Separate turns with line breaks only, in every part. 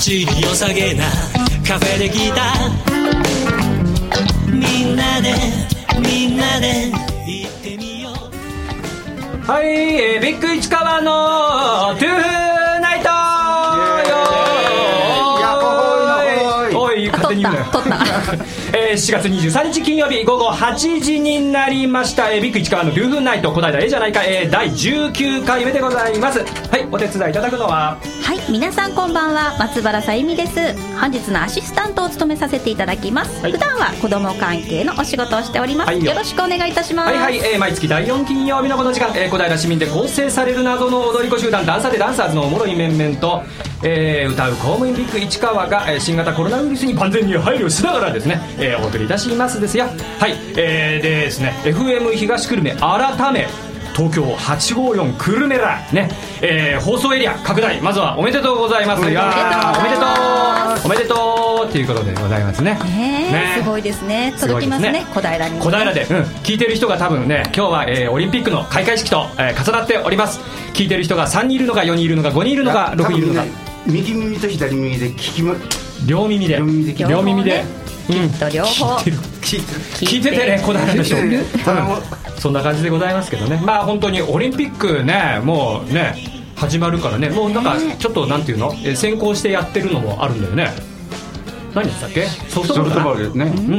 ちに良さげなカフェで聞いたみんなでみんなで行ってみよう
はい、えー、ビッグ市川のトゥーフナイト
イエーイ
よーいおい勝手に言うなよ
取った取
えー、7月23日金曜日午後8時になりました、えー、ビッグ市川のトゥーフナイト答えたらええじゃないか、えー、第19回目でございますはいお手伝いいただくのは
はい皆さんこんばんは松原さゆみです本日のアシスタントを務めさせていただきます、
はい
普段は子供関係のお仕事をしております、
はいよ
よろしくお願いいたします、
はいはい、えー毎月第4金曜日のこの時間、えー、小平市民で構成される謎の踊り子集団ダンサーでダンサーズのおもろい面々と、えー歌う公務員ビッグ市川が、えー新型コロナウイルスに万全に配慮しながらですね、えーお送りいたしますですよはい、えー、でですね FM 東久留米改め東京854久留米らね、えー放送エリア拡大まずはおめでとうございますおめでとうおめでとうおめでとうっていうことでございますね
ねえすごいですね届きますね
す
小
ごいで
平に
小平で、うん、聞いてる人が多分ね今日は、えーオリンピックの開会式と、えー重なっております聞いてる人が3人いるのか4人いるのか5人いるのか6人いるのか
右耳と左耳で聞きま
両耳で
両耳で
両耳でうん
と両方
聞いてる
聞いてる
聞いててね小平の人
聞いててね
うんそんな感じでございますけどねまあ本当にオリンピックねもうね始まるからねもうなんかちょっとなんていうの、えー先行してやってるのもあるんだよね何やってたっけソフト
ソフ
ボールか
ト
な
ボールね
う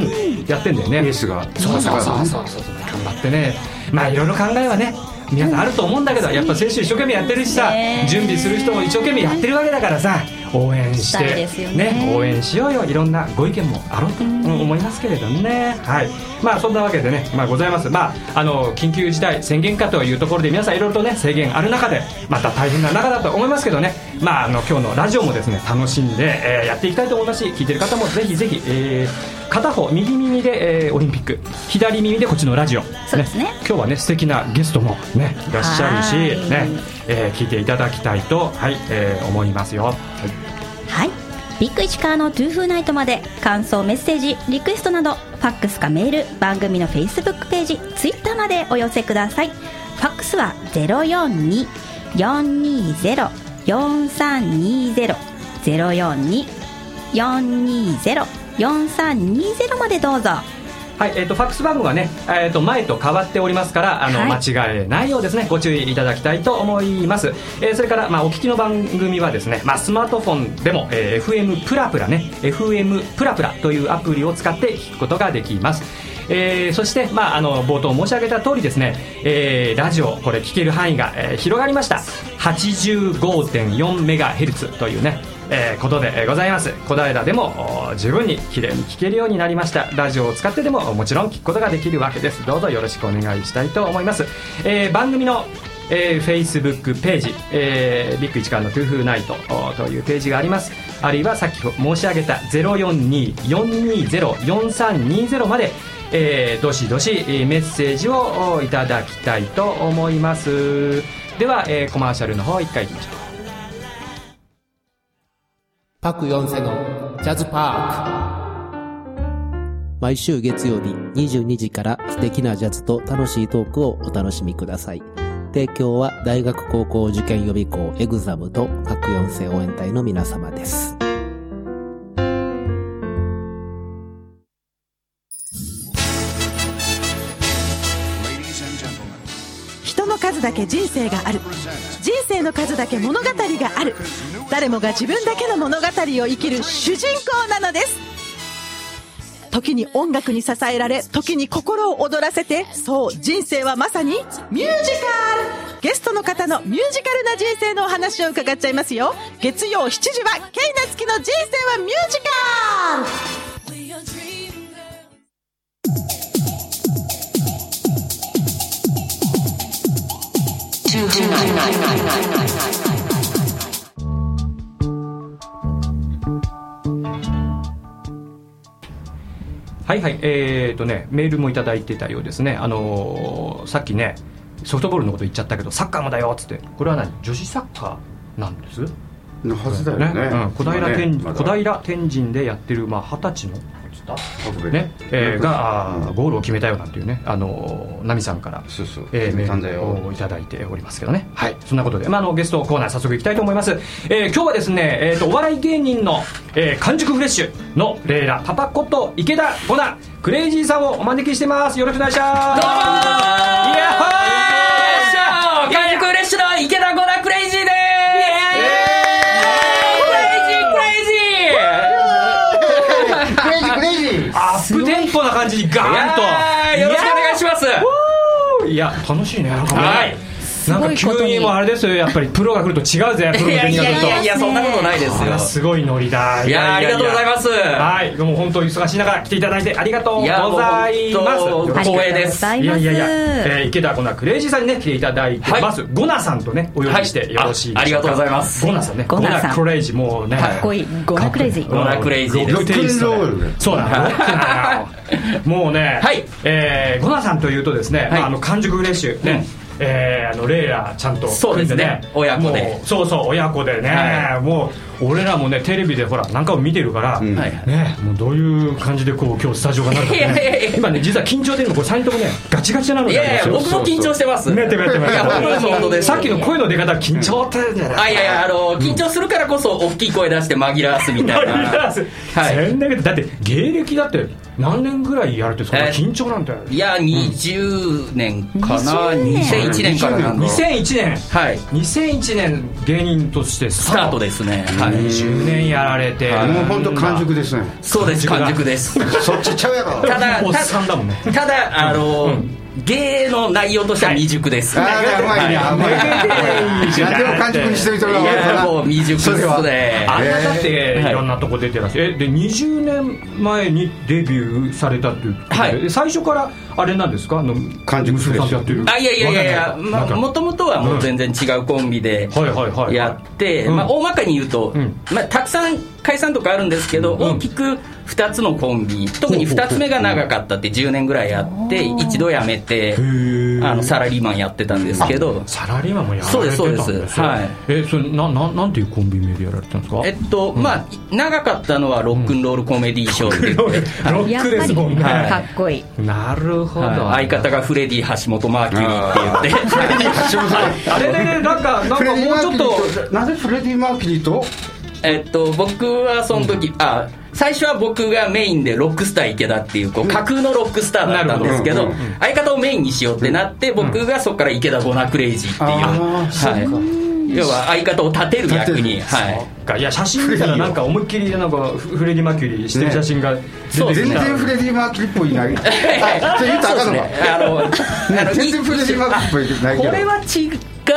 ん、やってんだよね
エースが
そうそうそうそうそう頑張ってねまあいろいろ考えはね皆さんあると思うんだけどやっぱ選手一生懸命やってるしさ
ね
準備する人も一生懸命やってるわけだからさ応援し
したい
て
ですよね
ね応援しようよいろんなご意見もあろうと思いますけれどねはいまあそんなわけでねまあございますまああの緊急事態宣言下というところで皆さんいろいろとね制限ある中でまた大変な中だと思いますけどねまああの今日のラジオもですね楽しんで、えーやっていきたいと思いますし聞いてる方もぜひぜひ、えー片方右耳で、えーオリンピック左耳でこっちのラジオ
そうですね
今日はね素敵なゲストもねいらっしゃるし
はい
ね、えー聞いていただきたいとはい、えー思いますよ、はい
はいビッグ石川のトゥーフーナイトまで感想メッセージリクエストなどファックスかメール番組のフェイスブックページツイッターまでお寄せくださいファックスは042-420-4320 042-420-4320までどうぞ
はい、えっ、とファックス番号はね、えっ、と前と変わっておりますから、あの、
はい
間違えないようですね。ご注意いただきたいと思います。えーそれからまあお聞きの番組はですね、まあスマートフォンでも、えー FM プラプラね、FM プラプラというアプリを使って聞くことができます。えーそして、まあ、あの冒頭申し上げた通りですね、えーラジオこれ聞ける範囲が、えー広がりました85.4メガヘルツというね、えーことでございます小平でもお十分に綺麗に聞けるようになりましたラジオを使ってでももちろん聞くことができるわけですどうぞよろしくお願いしたいと思います、えー番組のえー、Facebook ページ、えービッグ一川のトゥーフーナイトおというページがありますあるいはさっき申し上げた0424204320まで、えーどしどしえーメッセージをおいただきたいと思いますでは、えーコマーシャルの方一回いきましょう
パクヨンセのジャズパーク毎週月曜日22時から素敵なジャズと楽しいトークをお楽しみください提供は大学高校受験予備校エグザムとパクヨンセ応援隊の皆様です
人の数だけ人生がある人生の数だけ物語がある誰もが自分だけの物語を生きる主人公なのです時に音楽に支えられ時に心を躍らせてそう人生はまさにミュージカルゲストの方のミュージカルな人生のお話を伺っちゃいますよ月曜7時はケイナツキの人生はミュージカル
はいはい、えーとね、メールもいただいてたようですね、あのーさっきね、ソフトボールのこと言っちゃったけど、サッカーもだよっつって、これは何、女子サッカーなんです
のはずだよ
ね
ね
うん、小平天
今ねまだ
小平天神でやってるまあ二十歳の
北米
ねえーがあ
う
ー
ん
ゴールを決めたよなんていうねあのーナミさんから
そうそう
えー、メ
決めたんだ
ー
よ
ルをいただいておりますけどねはいそんなことで、まあ、あのゲストコーナー早速いきたいと思います、えー今日はですね、えー、とお笑い芸人の、えー、完熟フレッシュのレイラパパこと池田コナクレイジーさんをお招きしてますよろしくお願いしますどうもいや
完熟フレッシュの池田ゴラクレイジーですイエーイクレイジークレイジー
クレイジークレイジー
アップテンポな感じにガーンと
いやーよろしくお願いします
いや楽しいね
はい
なんか
すごいこと
急
に
にもうあれですよやっぱりプロが来ると違 うぜプロの
いやい
芸人
や
が来る
い
と
やいやそんなことないです
あら
よ
すごいノリだ
いやーありがとうございます
はいでも本当忙しい中来ていただいてありがとうご
いやー
ざいます
もう本当光栄です
あ
い
りが
や
とう
い
ございま
やいや
す、
えー池田ゴナクレイジーさんにね来ていただいてます、ゴナさんとねお呼びしてよろしいでしょうか、
はいあありがとうございます
ゴナさんね
ゴナさん
ゴクレイジーもうね
かっこいいゴナクレイジー
ゴナクレイジーです
ロックンロールそうなんだロックなのもうね、
はい
えーゴナさんというとですね、まあ、あの完熟フレッシュね、えーあのレイラちゃんと組ん
そうですね親子で
もうそうそう親子でね、
は
もう俺らもねテレビでほら何回も見てるから、
ん
はい
ねもうどういう感じでこう今日スタジオがなるのか、
いやいやい
ね
や、
今ね実は緊張で今これ3人ともねガチガチなの
い
で
やいや僕も緊張してます
めてめてめて
いや本当です本当です
さっきの声の出方緊張ってんじゃない
あいやいやあの緊張するからこそ大きい声出して紛らわすみたいなはい
全然だって芸歴だって何年ぐらいやるってそんな
え
緊張なんて
いや20年かな
20年
2001年からなんで
2001年
はい
2001年芸人としてス
スタートですねはい
20年やられて
もう本当完熟
で
ですね
そうです完熟です
そっちちゃうやろ
ただ
おっさんだもんね
ただあの芸の内容としては未熟です、
あー甘いね甘いね何でも完熟にしてみたら
いやもう未熟っす
それは
ね
あんな
えー
だって
はい
いろんなとこ出てらっしゃるえで20年前にデビューされたっていうことで
はい
え最初からあれなんですかあの
完熟
娘さんとやってる
あいやいやいやいや、
わ
ま
かんない
もともとはもう全然違うコンビで
はいはいはい
やって、
うん
まあ、大まかに言うと、
うん
まあ、たくさん解散とかあるんですけど、大きく2つのコンビ特に2つ目が長かったって10年ぐらいやって一度辞めてあのサラリーマンやってたんですけど
サラリーマンもやられてたんです
そうですそうですはい
えそれなななんていうコンビ名でやられてたんですか
えっとまあ長かったのはロックンロールコメディーショーで、
ロ
や
ッ
っ
ク
ぱ
です
り
もんね、
かっこいい
なるほど、
はい相方がフレディ橋本マーキュリーって言って
あれれれなんかなんか
フレディ・
も
マ
うちょ
ー
っ
キュ
と
リーとなぜフレディ・マーキュリーと
えっと僕はその時、あ最初は僕がメインでロックスター池田っていうこう架空のロックスターだったんですけど
なるほど
相方をメインにしようってなって僕がそこから池田ゴナクレイジーっていう、
あーそう
は
か
い、要は相方を立てる役に、
立て
はい、
いや写真見たらなんか思いっきりなんかフフレディ・マーキュリーしてる写真が出
そう
て
で
き
す
全
た、
然フレディ・マーキュリーっぽいないあって言うと
そうで
あかん
す
の
ね
か
あのあの
全然フレディ・マーキュリーっぽいないけ
こ
ど
れは違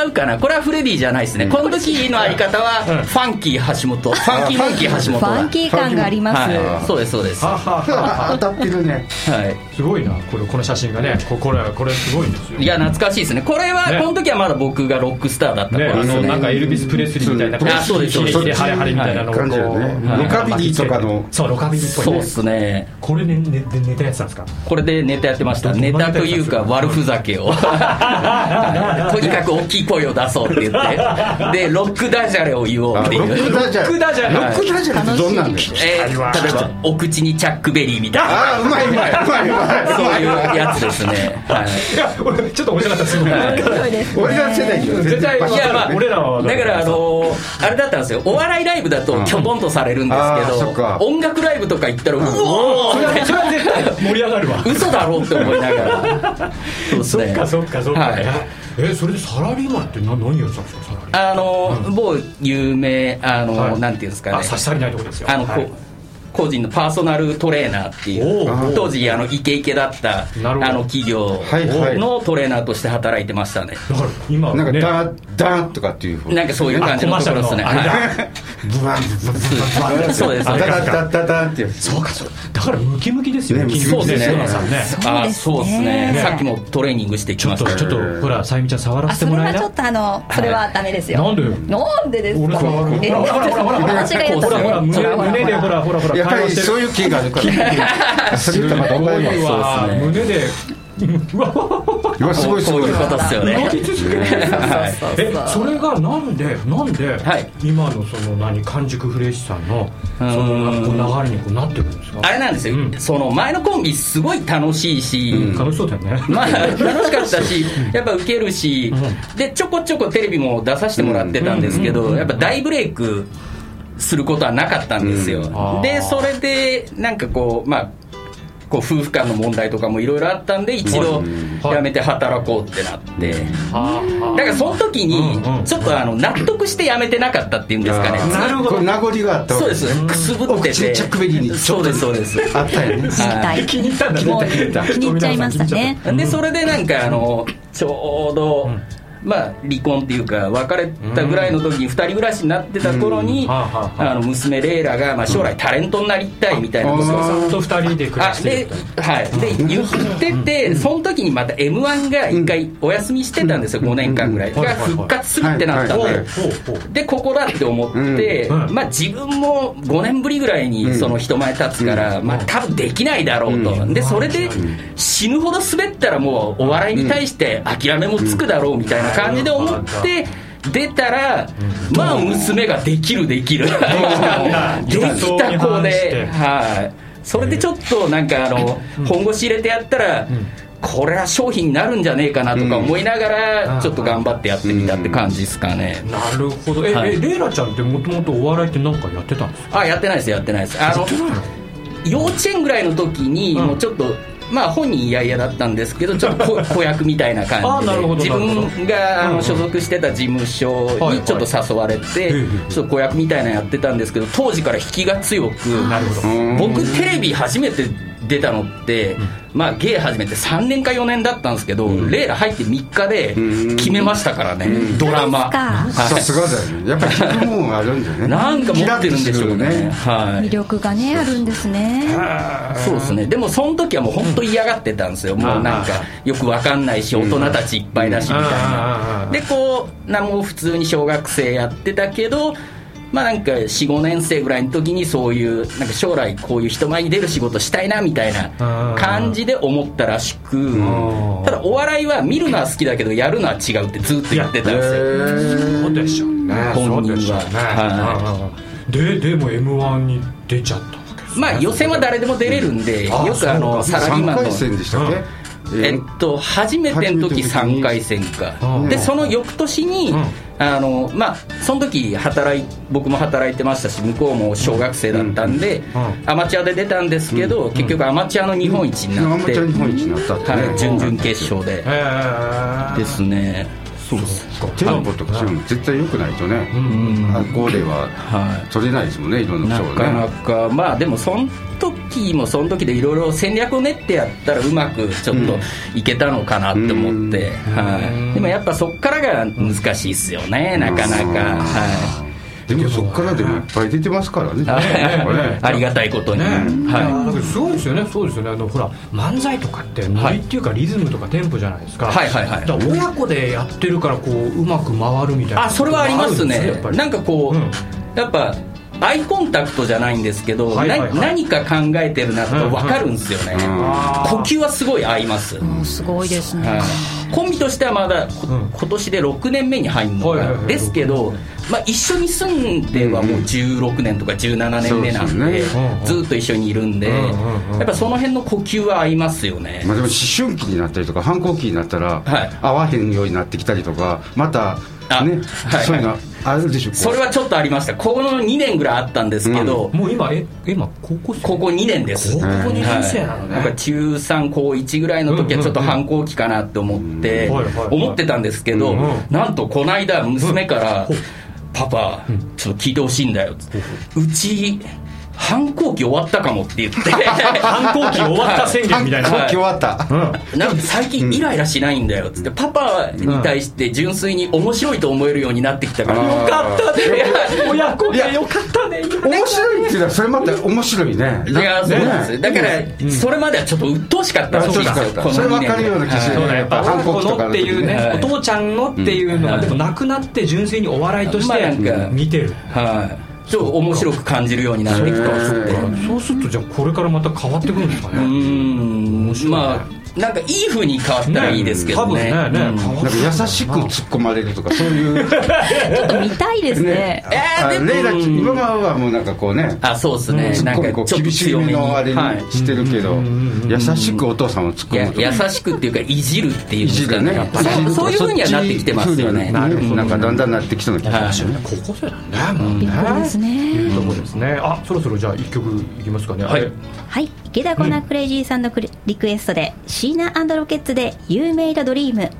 うかなこれはフレディじゃないですね、この時の相方はファンキー橋本ファンキーモンキー橋
フ
本だ
ァンキー感があります、
はい、そうですそうですは
ははは
当たってるね
い
すごいなこれこの写真がねここれこれすごいんですよ
いや懐かしいですねこれは、
ね
この時はまだ僕がロックスターだった
ね、
頃
あ
です
の
ね
なんかエルビス・プレスリーみたいなこ
あそうですそうです
ヒレヒレハレハレみたいなのをこう、
感じだよね
はい
ロカビリーとかの
そうロカビリーっぽい
そう
ね
っすね
これねねねネタやってたんですか
これでネタやってましたネタというか悪ふざけ をとにかく大きい声を出そうって言ってでロックダジャレを言おう
あ
って
ロ
い
ッ
う
クダジャレ
ロックダジ
ロックダジャ
ャレ
レってどんなんだよ
えー例えばお口にチャックベリーみたいな
ああうまいうまいうまいうまい
そういうやつですね、はい
いや俺ちょっと面白かったですごい
俺ら世代よ
絶対
バカ
いやまあ
俺らは
だからあのーあれだったんですよお笑いライブだときょとんとされるんです
あー
け
そっか
ど音楽ライブとか行ったらうお
それは
ー
それは絶対盛り上がるわ
嘘だろうって思いながらそうです
そっ
ね
かそっかそっか、
はい
えそれでサラリーマンってな何やってたんですかサラリーマン
あのー某有名あのー、
はい
なんていうんですかね
あ差し障りないとこですよ
あの、こ
は
う
い
個人のパーソナルトレーナーってい
おー
う当時あのイケイケだったあ
なるほど
の企業
はいはい
のトレーナーとして働いてましたね
だから今は
なんか
ね
ダーダーとかっていう
なんかそういう感じのところですね
あコマーシャルのあれ
は
だ
い
ブワンブワンブワンブワン
そうです
ダダダダダっていう
そうかそうかだからムキムキですよ
ね
筋
そう
肉
ですね
そうなんですよね
あそうですねさっきもトレーニングしてき
ちょ
ま
っ
し
と
た
ちょっとほらさゆみちゃん触ら
あ
せて
そ
も
れ
ら
は
え
ち
な
ょっとあのそれはダメですよ、
なんでよ
なんでですか
俺触る
え
ほらほらほらほらほら
私が言った
ほらほら胸胸でほらほらほら
やっぱり
会話して
そうい
る
う気があるからそれ言ったらまた怒
す
ら
ご
れ
い
ます
そ
わ
うですね
胸でうわ
うわすごいす
こう
ごい
いうことっすよね
動き続けてる
はい
えそれがなんでなんで、
はい
今のその何完熟フレッシュさんのそ
ん
のなんかこう流れにこうなってくるんですか
あれなんですよ、
うん
その前のコンビすごい楽しいし、
楽しそうだよね、
まあ、楽しかったし、やっぱウケるし、で、ちょこちょこテレビも出させてもらってたんですけど、やっぱ大ブレイクすることはなかったんですよ
あー。
で、それで、なんかこう、まあ、こう夫婦間の問題とかもいろいろあったんで一度
はい
辞めて働こうってなって
はあはあ
だからその時に
うんうん
ちょっとあの納得して辞めてなかったっていうんですかね
あー
なるほど
これ名残があったわ
そう
け
ですくすぶって
お口
て
にチャックベリーにちょ
そう
っ
で
と
すそうです
あったよね
知りたい
気に入ったんだ
もう
ね
気に入っちゃいましたね
でそれでなんかあのちょうど、
ん
まあ、離婚っていうか別れたぐらいの時に2人暮らしになってた頃に、
うんはあはあはあ
あの娘レイラが、まあ、将来タレントになりたいみたいなことを
あ
ずっと二人で暮ら
あ
してる
で,、はい、で言っててその時にまた m 1が1回お休みしてたんですよ5年間ぐらい
はいは
が
いはい
復活するってなったん
はいは
で
い。
ほうほう
でここだって思って、
うんうん
まあ、自分も5年ぶりぐらいにその人前立つから、まあ、多分できないだろうと、でそれで死ぬほど滑ったらもうお笑いに対して諦めもつくだろうみたいな感じで思って。出たら、まあ娘ができるできる でき
ん
た子
理想に
で、
反して
はい、それでちょっとなんかあの本腰入れてやったら、これは商品になるんじゃねえかなとか思いなが
う
ら
ん
ちょっと頑張ってやってみたって感じですかね、
なるほどえ、
はい
えレイラちゃんってもともとお笑いってなんかやってたんですか
あやってないですやってないですあの幼稚園ぐらいの時に
うん
もうちょっと、まあ本人嫌々だったんですけどちょっと 子子役みたいな
あ
感じ
なる
で
ほど
自
なるほ
分があ
うんう
の
ん
所属してた事務所
はいはい
にちょっと誘われて
ええ
ちょっと子役みたいなのやってたんですけど当時から引きが強く
なるほど
僕テレビ初めて出たのって、まあ芸始めて3年か4年だったんですけど、レイラ入って3日で決めましたからね、ドラマ
か
さすがだよねやっぱ聞くもんあるんだよね
なんか持ってるんでしょうね
キラッとするよ
はい
魅力がねあるんですね
そうですねでもその時はもう本当嫌がってたんですよ、もうなんかよくわかんないし大人たちいっぱいだしみたいな、
うん
でこうなんも普通に小学生やってたけどまあなんか45年生ぐらいの時にそういうなんか将来こういう人前に出る仕事したいなみたいな感じで思ったらしく、
ん
ただお笑いは見るのは好きだけどやるのは違うってずっと言ってたんですよ、
そうでしょうね
本人は
そうでしょうね
は
うんうんうんででも m 1に出ちゃったわけですね
まあ予選は誰でも出れるんで、
あ
よくあの
三
サラリーマンの
回戦でしたっけ、
えっと初めての時
初めての時に
3回戦か
うん
でその翌年に、
うん
あのまあその時働い僕も働いてましたし向こうも小学生だったんで、
う
アマチュアで出たんですけど、結局アマチュアの日本一に
ア
なっ
マ
て、
チュア日本一になったってね、
はい、準々決勝で
ええ
ですねそうです
テンポとかそういうの絶対良くないとね、あゴーレは
は
取れないですもんねいろんな
な
賞ね
かなかまあでもその時もその時でいろいろ戦略を練ってやったらうまくちょっといけたのかなって思って、はい、でもやっぱそっからが難しいっすよねなかなか、は
でもそっからでもいっぱい出てますか らね
い、ありがたいことに、
ね
は
だけどすごいですよねそうですよねあのほら漫才とかってノリっていうかリズムとかテンポじゃないですか
はいはいはい
だから親子でやってるからこううまく回るみたい
い、
な
あそれはありますね
やっぱり
なんかこう、
うん
やっぱアイコンタクトじゃないんですけど、
はいはいはい
な何か考えてるなって分かるんですよね、呼吸はすごい合います、
もうすごいですね
はい、コンビとしてはまだこ、
うん
今年で6年目に入るのか、
はいはいはい
ですけど、まあ、一緒に住んではもう16年とか17年目なんで,、
そうです
よねうん
ずっと一緒にいるんで、
うんうんうん
やっぱその辺の呼吸は合いますよね、
まあ、でも思春期になったりとか反抗期になったら、
はい
合わへんようになってきたりとかまた
あ
ね、
はい
そういうのあるでしょ
それはちょっとありましたこの2年ぐらいあったんですけど、
もう今え今高校生
ここ2年です
高校2年生なのね、
やっぱ中3高1ぐらいの時はちょっと反抗期かなって思って
うんはいはいはい
思ってたんですけど
うん
なんとこの間娘から
うん
「パパちょっと聞いてほしいんだよ」うち反抗期終わったかも」って言って
反抗期終わった宣言みたいな、
反抗期終わった、
なんか最近イライラしないんだよっつってパパに対して純粋に面白いと思えるようになってきたから
うん
よかったね
親子
いや
でよかったね
面白いっていうのはそれまた面白いね
いやそうなんですよだからそれまではちょっと鬱陶しかったそうなんですよこの
それ
2
分
年
かるような気がする
そうだやっぱ
反
親
抗
子
期と
の
か
っていうね、
はい
お父ちゃんのっていうのが、
うん
でもなくなって純粋にお笑いとし
まあな
て
んか
見てる、
はいちょっと面白く感じるようになってきたっつって
そうするとじゃあこれからまた変わってくるんですかね、
うーん
面白いね
まあなんかいい風に変わったらいいですけどね
多分ねね
うん
なんか優しく突っ込まれるとかそういう
ちょっと見たいですね
ね
えー
あ
でも
レイラ今まではもうなんかこうね
あそうですね、
突
な
っ
ん
込み
か
こ
ちょ
う
っと
厳し
強め
め
に
のあれ
は
にしてるけど優しくお父さんを突っ
い、い
込
や
むとか
優しくっていうかいじるっていうん
い
です
じ
か
る
ね
ね
やっぱりそうそういう風にはなってきてますよね
なるほどなんかだんだんなってきそうな気
は
が
い
しますよね
ここじゃないねもう
びっくりですね
とこですねあそろそろじゃあ一曲いきますかね
はい
あれ
はい池田コナクレイジーさんのクレリクエストでシーナロケッツで「You Made a Dream」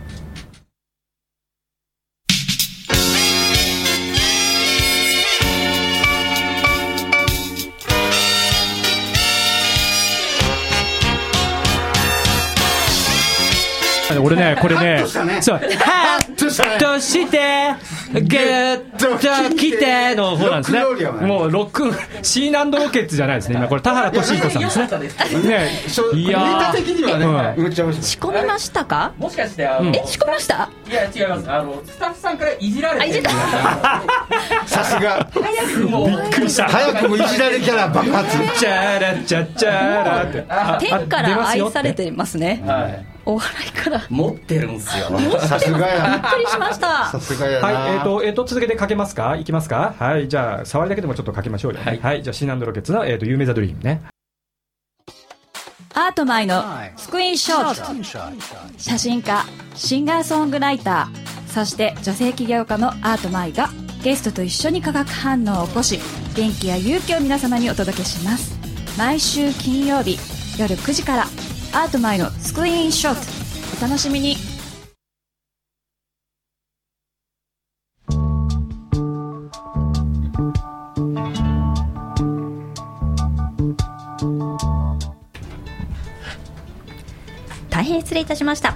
俺ねこれ
ハッ
ね
としたね
そうハッ
ちょっと
としてグッと来ての方なんですね
ロックンロールやもんね
もうロックンシーナロケッツじゃないですね今これ田原俊彦さんですねね
そう
い
ネ
や
タ的にはね、
うん
めっちゃ面白い
仕込みましたか
もしかしてあの、
え仕込みました
いや違いますあのスタッフさんからいじられ
あいじった
さすが
もう
びっくりした
早くもいじられキャラ爆発
チャラチャチャラってあ
天か
あ出
ら
ますよ
愛
って
されてますね
はい
お笑い からびっ
持ってるんですよ
さすがや
くりしました
さすがやな、
はい、えっ、と、えっ、と、続けてかけますかいきますかはい、じゃあ、触りだけでもちょっとかけましょうよ。は、
はいい
じゃあ、シーナンドロケッツの、えっ、と、有名ザドリームね。
アートマイのスクリーンショット写真家シンガーソングライターそして女性起業家のアートマイがゲストと一緒に化学反応を起こし元気や勇気を皆様にお届けします毎週金曜日夜9時からアートマイのスクリーンショットお楽しみに
大変失礼いたしました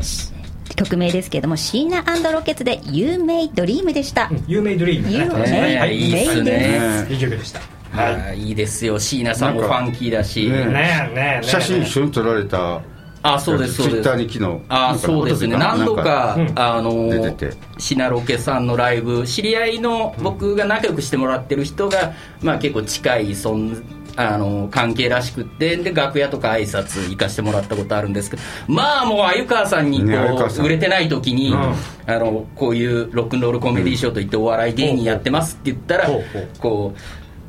し曲名ですけれどもシーナロケッツで「You Made Dream」でした
有名ドリーム、ね。
You
ね
Made
いいっす
Dream です
ね
いい曲でした。
はいいいですよ椎名さんもファンキーだし、
なんかね
ねえ、ねえ、ねえ。
写真一緒に撮られた
あそうですそう
ツイ
で
ッター
す
に昨日
あ
なんか
そうですね何度か、
なん
あの
出てて
シナロケさんのライブ知り合いの僕が仲良くしてもらってる人が、まあ、結構近い存あの関係らしくってで楽屋とか挨拶行かしてもらったことあるんですけどまあもう鮎川さんにこう、
ね鮎川さん
売れてない時に、
うん
あのこういうロックンロールコメディーショーといってお笑い芸人やってますって言ったら、
ほうほう
こう。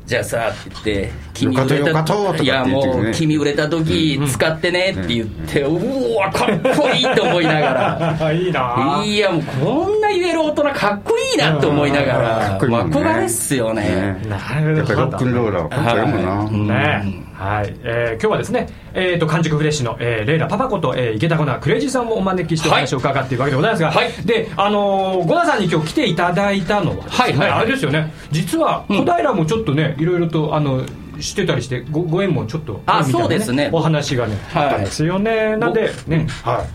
じゃあさって言って
よかとよかととかって
い
言っ
や
てるね
もう君売れた時使ってねって言って、うわかっこいいと思いなが
あ、 いいな
らいやもうこんな言える大人かっこいいなと思いなが
からっこいいもんね
もう憧れっすよね
なる
やっぱり
ほど。
ロックンローラーはかっこいいもんな、
はい
ねはい、えー今日はですね、えー、と完熟フレッシュの、えー、レイラパパこと、えー、池田コナークレイジーさんをお招きしてお話を伺っていくわけでございますが、
はい
で、あのー、ゴナさんに今日来ていただいたのはですね、
はいはい
あれですよね実は小平もちょっとね、いろいろとあのしてたりしてごご縁もちょっと
あ
るみたいな
そうですね
お話がね、
はい
あったんですよねなんでねはい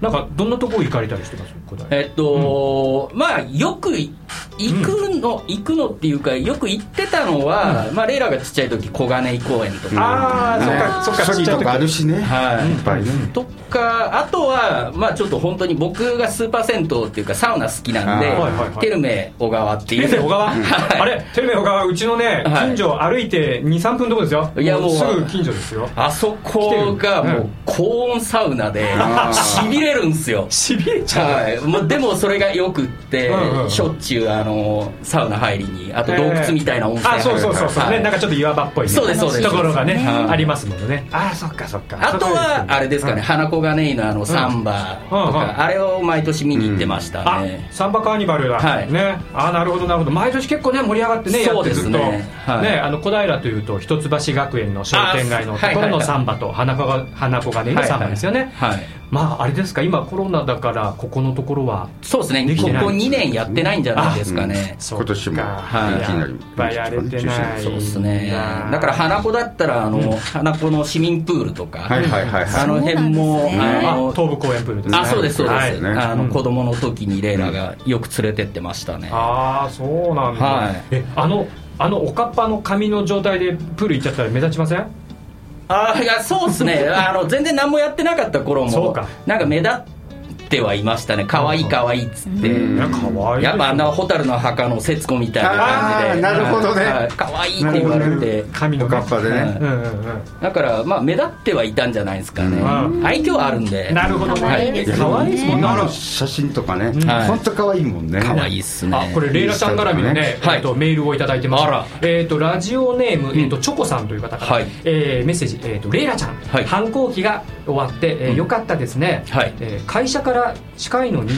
なんかどんなとこ行かれたりしてます小平
えっと、まあよくい行くの、行くのっていうかよく行ってたのは、まあレイラがちっちゃい時小金井公園とか、
ああ、そっかそっかち
ソ
っ
リ
ちゃい
と
時
かあるしね、
はい
いっぱいね
とかあとはまあちょっと本当に僕がスーパー銭湯っていうかサウナ好きなんで、
あー
はいはいはい
テルメ小川ってい
テ
う
ルメ小川、
はい
あれテルメ小川うちのね
はい
近所歩いて23分のとこですよ
いやもう
すぐ近所ですよ
あそこがも
う
うん高温サウナでしびれるん すよ
しびれちゃう
はい、もうでもそれがよくって、
うんうん
しょっちゅうあのサウナ入りにあと洞窟みたいな温泉入
あ
る
そうそうそうそう、
はい
ねなんかちょっと岩場っぽいね、
そうですそうです
ところがね、
はい
ありますものねあそっかそっか
あとはあれですかね、
うん
花子金井のあのサンバとか、
うんうん
あれを毎年見に行ってました
あ
ね、
サンバカーニバルだ、
はい
ねあなるほどなるほど毎年結構ね盛り上がってねや
そ
っ
う
て
で
ず
す
っと、
ね
ね
はい
あの小平というと一橋学園の商店街のところの
あ
サンバと花子が花子がねのサンバですよね、
はいはい
まああれですか今コロナだからここのところは
そうです
で
ね
き
こ
てない
こ2年やってないんじゃないですかね、
今年も
はい
気になり
やっぱやれてない
そうですねだから花子だったらあの、花子の市民プールとか、
はいはいはい
あ
は
の辺も、
そうなんですね
あ
あ
の
東武公園プールですね
あそうですそうです、
はい
ね
あ
う
の
ん
子供の時にレイラがよく連れてってましたね、
ああそうなんだ、
はい
えあのあのおかっぱの髪の状態でプール行っちゃったら目立ちません
ああいやそうっすねあの全然何もやってなかった頃も
そうか
なんか目立っってはいましたね可愛い可愛いっつって、
可愛い
やっぱあの蛍の墓の節子みたいな感じで
あーなるほどね
はい可愛いって言われて、
神の
おかっぱで
は
ね
い
うんうんうん
だからまあ目立ってはいたんじゃないですかね、
ん
愛嬌はあるんで
なるほど
可愛いです
可愛いですもんね
今の写真とかね
はい
本当可愛いもんね
可愛いっすね
あこれレイラちゃん絡みのね、
はい
えっとメールをいただいてます。
あら
えっ、とラジオネーム、
ん
えっ、とチョコさんという方から、
はい
えーメッセージ、えっ、とレイラちゃん、
はい
反抗期が終わって、えー
うん
よかったですね。
はい
えー会社から近いのに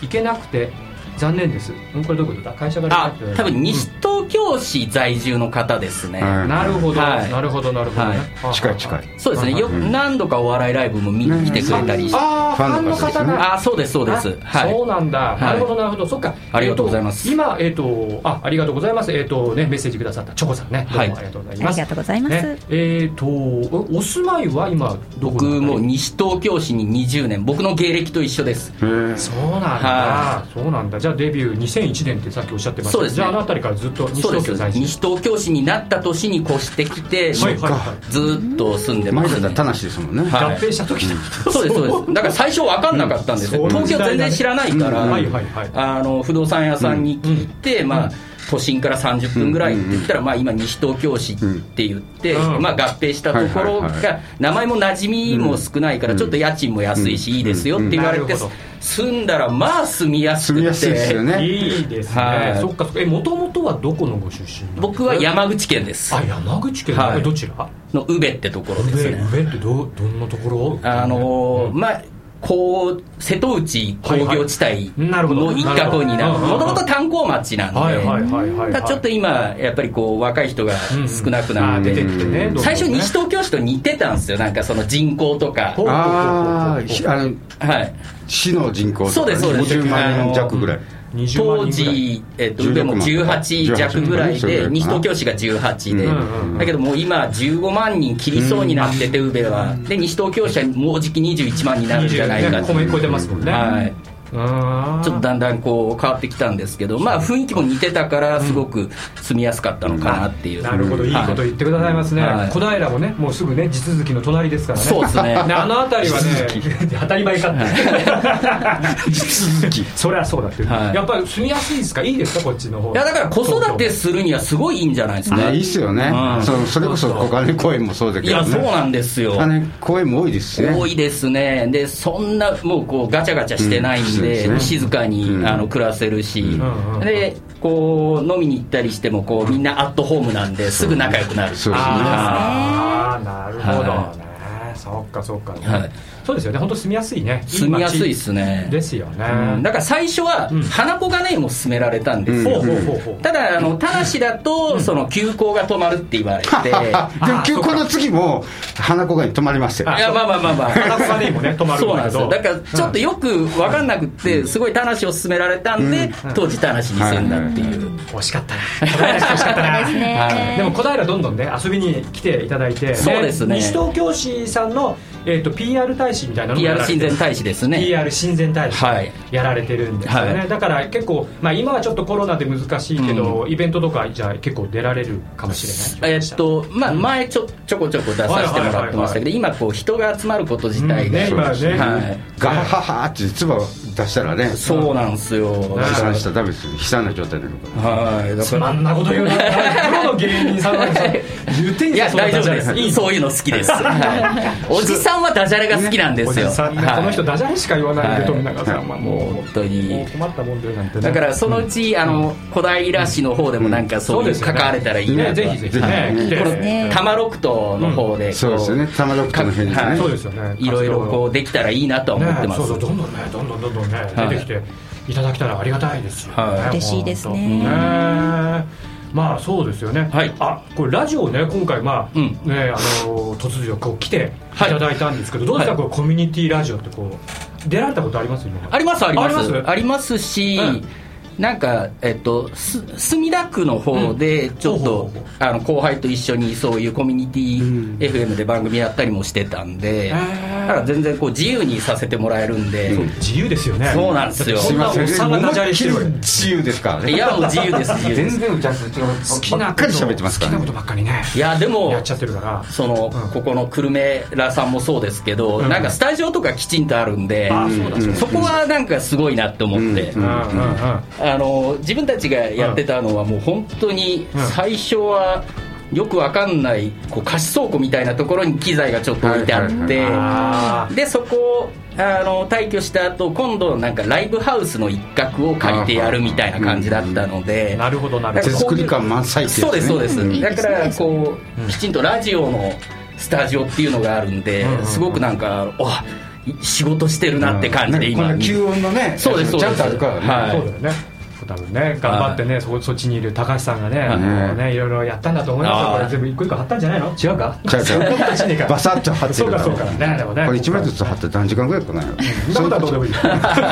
行けなくて残念です。うんこれどういうことだ？会社から
あ
近いって
多分西東京市在住の方ですね、
うん
なるほど、
はい
なるほどなるほど、ね
はい
あ
近い近い
そうですねよ
ん
何度かお笑いライブも見に来てくれたりして、
ああフ
フ
ァ
ァ
ン
ン
の
の
方
方ですね
が。
あそうですそうです
あ
はい
そうなんだ、
い
なるほどなるほどそっか
ありがとうございます
えーと今えっ、とあありがとうございますえっ、とねメッセージくださったチョコさんねどうも
はい
ありがとうござい
あ
ま
り
す、
がとうございます、
ね、えっ、とおお住まいは今どこ
僕
の
もう
辺り
西東京市に20年僕の芸歴と一緒です
へえ
そうなんだ、
は
そうなんだじゃあデビュー2001年ってさっきおっしゃってました
そうで
けど
すね
じゃああの辺りからずっと西
そうで
東京
す
在住
西東京市になった年に越してきて
はいはいはい
ずっと住んでま
前
す、
田さん田無ですもんね
はい
合併した時の
そうですそうですだから最初分かんなかったんですよ、
うんそう
東京全然知らないから、
うんはいはいはい
あの不動産屋さんに聞いて、まあ都心から30分ぐらいって言ったら、まあ、今西東京市って言って、
うん
まあ、合併したところ
はいはいは
が名前も馴染みも少ないからちょっと家賃も安いしいいですよって言われ
うん
て
なるほど
住んだらまあ住みやす
住み
く
やすいですよ
て
ね
いいですね、
はい
そっかそっかえもともとはどこのご出身なの
僕は山口県です
あ山口県、
はい
どちら
の宇部ってところです
上
ね
上ってどどんなところ
あのーまあこう瀬戸内工業地帯
はいなるほど
の一角になる
なるほど
もともと炭鉱町なんで、
はいはいはいはい、
ただちょっと今やっぱりこう若い人が少なくなっ
出
て、
てきてね、どんどんね
最初西東京市と似てたんですよなんかその人口とか
ほう
ああ
ほうほうほうほう
ひあの
はい
市の人口
そう
とか
ですそうです
50万人弱ぐらい
20万
当
人ぐらい
時、えっと、上も
16万
18弱ぐらい
18ぐらいか
で
な
西東京市が18で、
うんうん
だけどもう今15万人切りそうになってて宇部はで西東京市はもうじき21万になるんじゃないか
20
って
ね米超えてますもんね、
はい、
うーん
ちょっとだんだんこう変わってきたんですけど、まあ、雰囲気も似てたからすごく住みやすかったのかなっていう、
なるほどいいこと言ってくださいますね、
はい
小平もねもうすぐね地続きの隣ですからね
そうですね
ね あの 辺りはね当たり前かって地続きそりゃ そうだって、
はい
やっぱり住みやすいですかいいですかこっちの方
いやだから子育てするにはすごいいいんじゃないですか、
ねいいっすよね
うん
そのそれこそ小金公園もそうだ
い
けど
や
ね
そうなんですよ、
金公園も多いですしね
多いですねでそんなもうこうガチャガチャしてないんで、
うん
静かに、
うん
あの暮らせるし、
んうん
でこう飲みに行ったりしてもこうみんなアットホームなんですぐ仲良くなる
そうですね
ああなるほどね、
は
そっかそっか、
はい
そうですよね本当住みやすいね
住みやすい
い
で
い
すね
街ですよね、
うんだから最初は
ん
花子がねもう勧められたんですよ、
ほうほうほうほう
ただあの田無だと、その休校が止まるって言われていや
でも休校の次も花子がに泊まりますよ
あ
まあまあまあまあ
花子がねもね泊まるん
そうなんで
だけ
すよ
ど
だからちょっとよく分かんなくって、すごい田無を勧められたんで、当時田無に住んだっていう、
惜しかったな小平市惜しかったな
ですね、
は
でも小平どんどんね遊びに来ていただいて
そうですね
西東京市さんの、えー、と PR 大使みたいなのもや
PR
られ
親
て
善大使ですね
PR 親善大使
はい
やられてるんですよね、
はい
だから結構、まあ、今はちょっとコロナで難しいけど、イベントとかじゃあ結構出られるかもしれない
えっとまあ、前ちょちょこちょこ出させてもらってま したけど、今こう人が集まること自体が、
ね今ね
はい、
ガハハハって唾を出したらね
そうなんですよ、
悲
は
惨したらダメですよ悲惨な状態になるから
い、だ
そ
から
んなこと言うなプロの芸人さんがさ言ってん
い
じゃん
や
そんな
大丈夫で
ダジャレいい
すそういうの好きです、はいおじさんはダジャレが好きなんで
お
すよ
じさんね、
はい
この人ダジャレしか言わない
は
んで
い
富永さんはもう,、
もう本当に
困ったもんだよなんてね
だからそのうち、あの小平市の方でもなんかそういう関われたらいいな
ね
と
ぜ
は
ひぜひね
はい
来て
この玉六島の方でこ
そうですよね玉六区の辺です
は
ね
そうですよね
いろいろこうできたらいいなとは思って
ね、
ます
そうそうどんどんねどんどんどんどんね、
はい
出てきていただけたらありがたいですよ、ね
はい
嬉しいですね
本当ねまあそうですよね、
はい
あこれラジオね今回まあ、
うん
ねあの突如こう来てい
はい
ただいたんですけど、どうですか、
はい
こうコミュニティラジオってこう出られたことあります今まで
ありますあります
あります
ありますし、
うん
なんか、えっと、す墨田区の方でちょっと、あの後輩と一緒にそういうコミュニティ FM で番組やったりもしてたんで、だから全然こう自由にさせてもらえるんで、
自由ですよね
そうなんですよ
すいません
そなおっさんがダジャレしてるわけ
自由ですからね
いやもう自由 です自由で
全
す
然打ち合わせ違う
好き
ば
な
っ
こ
かり
と
喋ってますから
好きなこと
ね
ばっかりね
いやでも
やっちゃってるから
その、
うん
ここの久留米らさんもそうですけど、なんかスタジオとかきちんとあるんで、そこはなんかすごいなって思って、
うん
うんうんうん
あの自分たちがやってたのはもう本当に最初はよくわかんないこう貸し倉庫みたいなところに機材がちょっと置いてあって、
はいはい
あ
でそこをあの退去した後今度なんかライブハウスの一角を借りてやるみたいな感じだったので、
ーなるほどなる
だか
ほ
手
ら
ど
こ
作り感満載ってや
そう
つね
ですそうです、
いいで
だ
すね
からこう、きちんとラジオのスタジオっていうのがあるんで、
うんうん
すごくなんかお仕事してるなって感じで今、
なんかこんな吸音のね
そうですそう
ち
で
ゃん
す
とあるからね
はい
そうだよね多分ね頑張ってねそこそっちにいる高橋さんがね
はい
もうねいろいろやったんだと思いますよ
あー
これ全部一個一個貼ったんじゃないの違うか
違う違う
そんな ことしねえから
バサッと貼って
そう
るか
からそうかねでもね
これ1枚ずつ貼って何時間ぐらいかな
そんなことはどうでもいい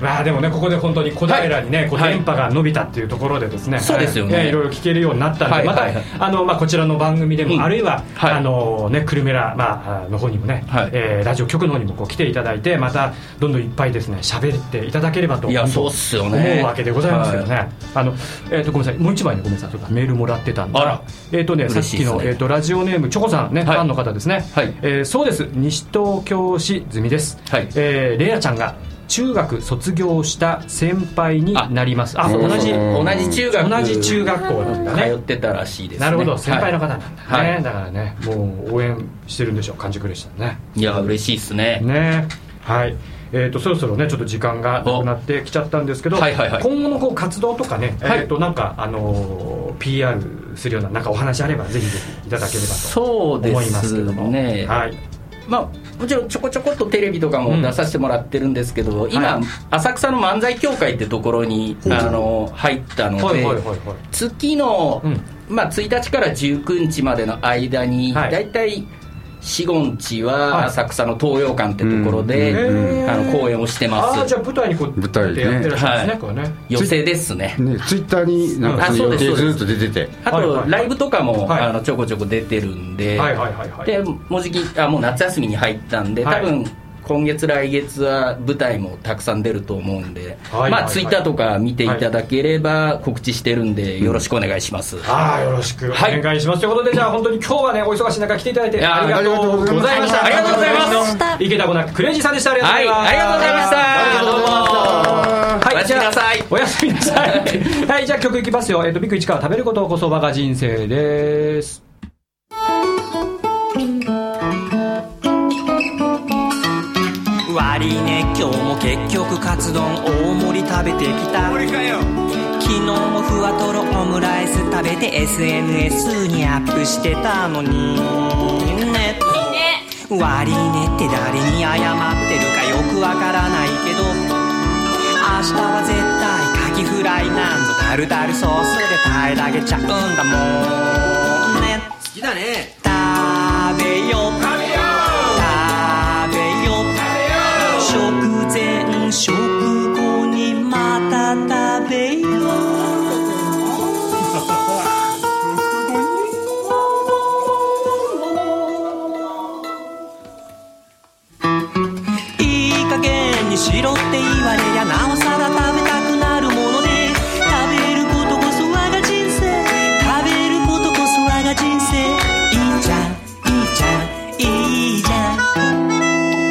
まあでもねここで本当に小平にね、こう
はい
電波が伸びたっていうところでですね、
そうですよね
いろいろ聞けるようになったんで、
はい
また、
はいはい
あのまあ、こちらの番組でも、
うん
あるいは、
はい
あのね、クルメラ、まあ、あの方にもね、
はい
えーラジオ局の方にもこう来ていただいてまたどんどんいっぱいですね喋っていただければと
いやそうっすよね
思うわけでございますけどね、あのえー、とごめんなさいもう一枚ねごめんなさいそうだメールもらってたんで
あら
えっ、とねさ
嬉
っ
しい
き
ですね
の、えー、とラジオネームチョコさんね、
はい
ファンの方ですね、
はい
えーそうです西東京市住です、
はい
えーレイラちゃんが中学卒業した先輩になりますあ
あ
同
同じ
じ
同じ中学
同じ中学校なんだね
通ってたらしいです、ね、
なるほど先輩の方なんだね、
はいは
だからねもう応援してるんでしょう完熟でしたね
い、いや嬉しいっすね
ねはいえー、とそろそろねちょっと時間がなくなってきちゃったんですけど、
おはいはいはい
今後のこう活動とかね、
はい
えー、となんか、あのー PR するようななんかお話あればぜひぜひいただければと
そうで
思います
す
けども
ね
はい、
まあ、もちろんちょこちょこっとテレビとかも出させてもらってるんですけど、今、
はい
浅草の漫才協会ってところにあの入ったので、
はいはいはいはい
月の、
うん
まあ、1日から19日までの間に、
はい
だいたい45日
はい
は浅草の東洋館ってところで、
うんうん
あの公演をして
ああ
ま
ーじ
す
ゃあ舞台にこう
舞台ね
やってらっしゃるんですね、
はい
これね
寄せですね
ねツイッターになん
あ
かその
そう
予
です
定
そう
ず
です
っと出てて
あ
はいはい
と
はい
ライブとかも、
はい
あのちょこちょこ出てるんで、
はいはいはいはい
でもうじきあもう夏休みに入ったんで
は
多
い
分、今月来月は舞台もたくさん出ると思うんで、
はいはい
ま
は
あ
い
ツイッターとか見ていただければ告知してるんでよろしくお願いします、
ああよろしくお願いします、ということでじゃあ本当に今日はねお忙しい中来ていただい
い
て
や
ありがとうございました
ありがとうございま
した
池田コナクレイジーさんでしたありがとうご
は
ざ
い
います、
ありがとうございましたどうも
はい
おやすみなさい
おやすみなさいはいじゃあ曲いきますよえっ、とビッグ一から食べることこそ我が人生です
悪いね今日も結局カツ丼大盛り食べてきた昨日もふわとろオムライス食べて SNS にアップしてたのにね悪いねって誰に謝ってるかよくわからないけど明日は絶対カキフライなんぞタルタルソースで平らげちゃうんだもんね好きだね食べよう食べよう食前食後にまた食べよういい加減にしろって言われりゃなおさら食べたくなるもので食べることこそ我が人生食べることこそ我が人生いいじゃんいいじゃんいいじゃん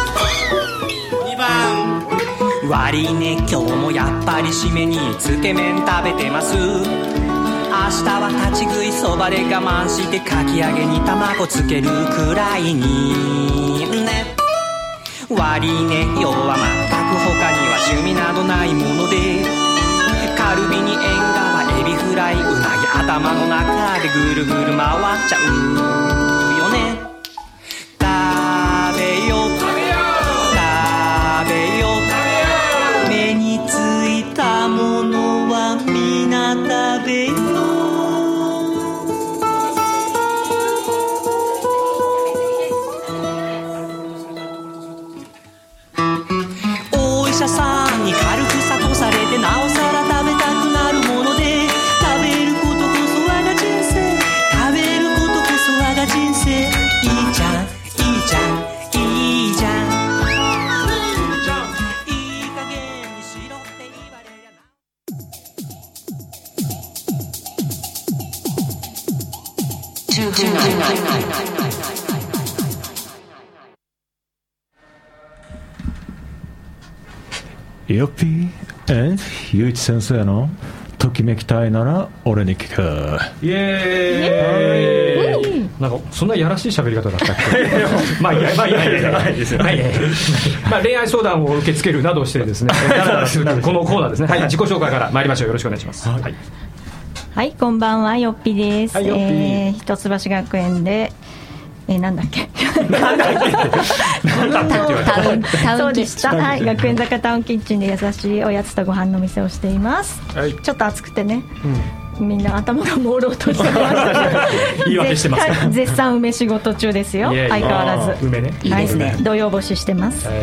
2番悪いね今日もやっぱり締めにつけ麺食べてます明日は立ち食いそばで我慢してかき揚げに卵つけるくらいにね悪いね要は全く他には趣味などないものでカルビに縁側エビフライうなぎ頭の中でぐるぐる回っちゃうよね食べよう食べよう食べよ者さんに軽く諭されてなおさら食べたくなるもので食べることこそ我が人生食べることこそ我が人生いいじゃんいいじゃんいいじゃんいい加減にしろって言われりゃな
よっぴー、えゆういち先生のときめきたいなら俺に聞く。
イエーイなんかそんなやらしい喋り方だったっ けまあいやまあいやいやいやはいまあ恋愛相談を受け付けるなどして ですねだらだらするこのコーナーですねはい自己紹介から参りましょうよろしくお願いしますはい
はい、こんばんは、よっぴです。
はいよっぴ
えー、一橋学園で、えー、なんだっけ。
なんだって言われ
タウン、
タ
タ
ウ
ウ
ン
ン
キッチン
でした。はい、学園坂タウンキッチンで優しいおやつとご飯のお店をしています。
はい
ちょっと暑くてね。みんな頭が朦朧としてます。
言い訳してますから
絶絶賛梅仕事中ですよ。
イエーイ
相変わらず。
梅ね
いいですね。土曜干ししてます。
はい、え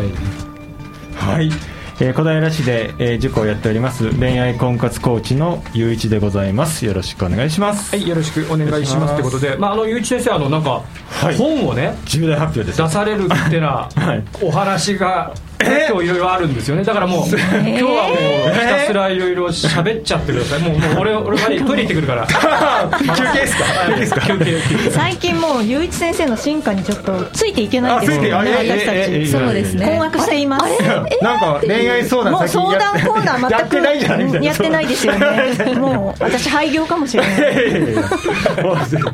ー小平市で、えー塾をやっております恋愛婚活コーチのゆういちでございますよろしくお願いします
はいよろしくお願いしますということでまああのゆういち先生あのなんか本をね
重大発表です
出されるってな
はい
お話が今日いろいろあるんですよねだからもう今日はもうひたすらいろいろ喋っちゃってくださいもうもう俺俺はトイレ行ってく るから休憩ですか休憩ですか休憩
最近もう雄一先生の進化にちょっとついていけないんですよね
あついていけない
私た
ええええええ
ち
そうですね
困惑しています
なんか恋愛相談
もう
最近
相
や
談コーナー全く
やってないじゃないみたいな
やってないですよ ねもう私廃業かもしれない
2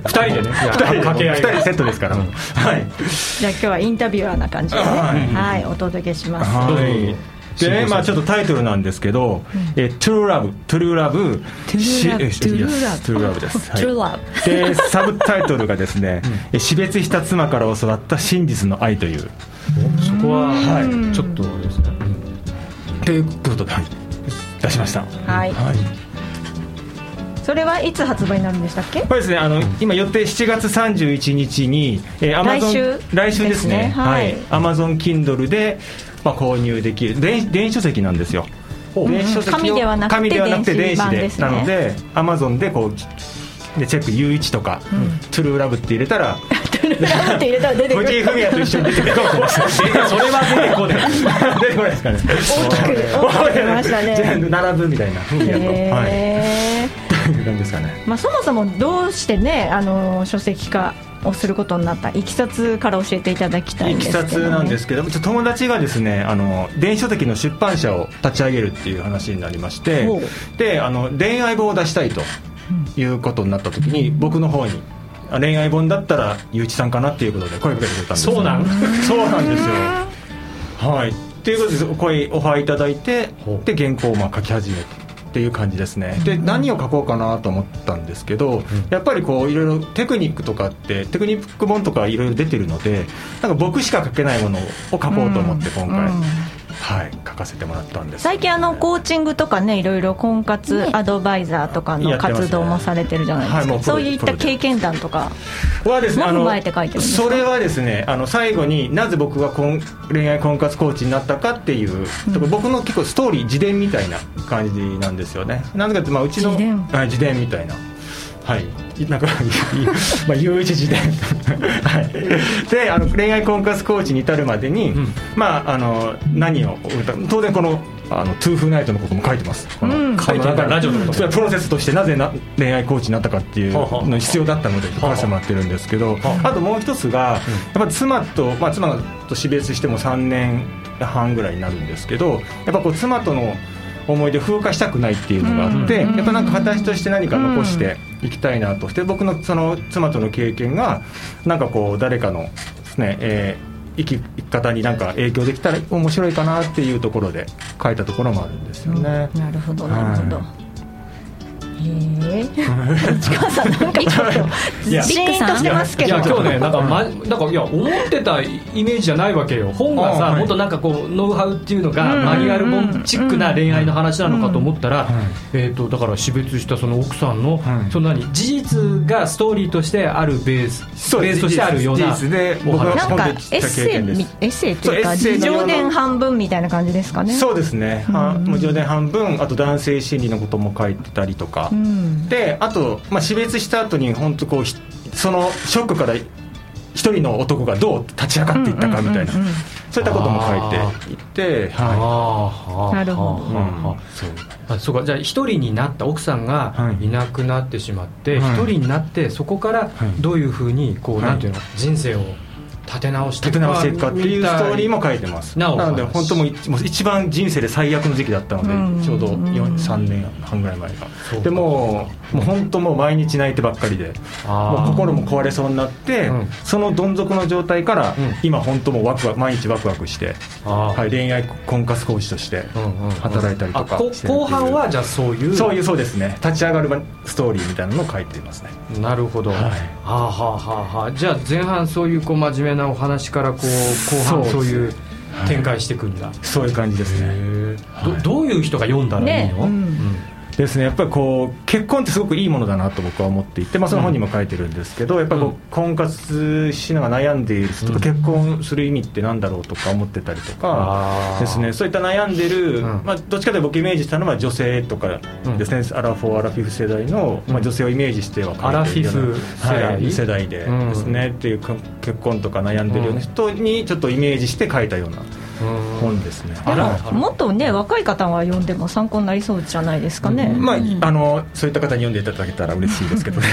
人でね掛け合い
2人セットですから、はい
じゃあ今日はインタビュアーな感じでねはいお届けします
はいでねまあ、ちょっとタイトルなんですけど「えー True Love」「True Love」「しえー
True
Yes True Love」です、はい
True Love
でサブタイトルがですね「えー死別した妻から教わった真実の愛」という
そこは、ちょっとですね
ということで、はい、出しました
はい
はい
それはいつ発売になるんでしたっけ
これですねあの今予定7月31日に、えー、
来
Amazon
週
来週ですね
ですね
は
はいい
Amazon Kindle で、まあ、購入できる電電子書籍なんですよ電子書籍を
紙ではなくて
紙ではなくて
電
電
子
子
版
で
ですね
なので Amazon でこうでチェック U1 とか、トゥルーラブって入れた
ラ
ら
ムって入れたら出てく
藤井
る
フミヤと一緒に出てくるかもしれないそれは出てこない 出てこないですかね
大 きく大きく出ましたね
並ぶみたいなフミヤと、はい
へ
という感じですかね
ーまあそもそもどうしてねあの書籍化をすることになったいきさつから教えていただきたい
い
んで
き
すけど
さ
ね
つなんですけどもちょっと友達がですねあの電子書籍の出版社を立ち上げるっていう話になりまして
ほ
であの恋愛本を出したいということになった時に僕の方にあ恋愛本だったらゆういちさんかなっていうことで声かけてくれたんですよ
そうなん
そうなんですよはいっていうことでお声オファーいただいてで原稿をまあ書き始めてっていう感じですねで何を書こうかなと思ったんですけど、やっぱりこういろいろテクニックとかってテクニック本とかいろいろ出てるのでなんか僕しか書けないものを書こうと思って今回、はい書かせてもらったんです
最近あのコーチングとかねいろいろ婚活アドバイザーとかの
やってますね
活動もされてるじゃないですか
はいもうプロ
そういっ
プ
た
ロで
経験談とか
はですね、
何
あの
踏まえて書いてるんですか
それはですねあの最後になぜ僕が婚恋愛婚活コーチになったかっていう、とこ僕の結構ストーリー自伝みたいな感じなんですよねなぜかって、まあ、うちの
自伝
はい、自伝みたいなはいなんか まあ有一自伝 はいであの恋愛婚活コーチに至るまでに、まああの何を当然このあのトゥーフーナイトのことも書いてますこの、
うん
こ
書いてる
中に
ラジオのことも
それはプロセスとしてなぜな恋愛コーチになったかっていう
はあはあ
の必要だったので書かせてもらってるんですけどあともう一つがやっぱり妻と、まあ、妻と死別しても3年半ぐらいになるんですけどやっぱこう妻との思い出風化したくないっていうのがあって、やっぱなんか形として何か残していきたいなとして僕のその妻との経験がなんかこう誰かのですね、えー生き生き方になんか影響できたら面白いかなっていうところで書いたところもあるんですよね。
なるほどなるほど、
は
えー、市川さん なんかちょっと
いや
シーンとしてますけど
いやいや今日ねなんか,、ま、なんかいや思ってたイメージじゃないわけよ本がさ、
あーはい
もっとなんかこうノウハウっていうのが、
うん
マニュアル本チックな恋愛の話なのかと思ったら、えー、とだから死別したその奥さんの,、その何事実がストーリーとしてあるベースベースとしてあるような
事実で
お話
なんかエッセイみエッセイというか自情伝半分みたいな感じですかね
そうですね、はもう上年半分あと男性心理のことも書いてたりとか、
うん
であと、まあ、死別した後に本当こうひそのショックから一人の男がどう立ち上がっていったかみたいな、そういったことも書いていて
は
なるほど
ああああそうかじゃあ一人になった奥さんがいなくなってしまって一、
はい
人になってそこからどういうふうにこう、
はい
なんていうの人生を立て直してい
立て直していくかっていうストーリーも書いてますな
なおかつ
ので本当もう一もう一番人生で最悪の時期だったので、
うん
ちょうど
うん
3年半ぐらい前がでもうもう本当もう毎日泣いてばっかりでもう心も壊れそうになって、そのどん底の状態から、今本当もうワクワク毎日ワクワクして、はい、恋愛婚活講師として働いたりとか
あこ
してるっていう
後半はじゃあそういう
そういうそうですね立ち上がるストーリーみたいなのを書いていますね
なるほど、はあ、はあはあはあ、じゃあ前半そういうこう真面目なお話からこう後半
そ
そうう
です
いう展開していくんだ、
そういう感じです
ねどどういう人が読んだらいいの、
ですねやっぱりこう結婚ってすごくいいものだなと僕は思っていて、まあ、その本にも書いてるんですけど、やっぱりこう婚活しながら悩んでいる人とか結婚する意味ってなんだろうとか思ってたりとか
あー
ですねそういった悩んでる、まあ、どっちかというと僕イメージしたのは女性とかですね、アラフォーアラフィフ世代の、まあ、女性をイメージしては書いてるような
アラフィフ世代
はい世代で
うん
ですね、っていうか結婚とか悩んでるような人にちょっとイメージして書いたような本ですね。
で
はい
ももっとね若い方が読んでも参考になりそうじゃないですかね、
まあ、あのそういった方に読んでいただけたら嬉しいですけどね、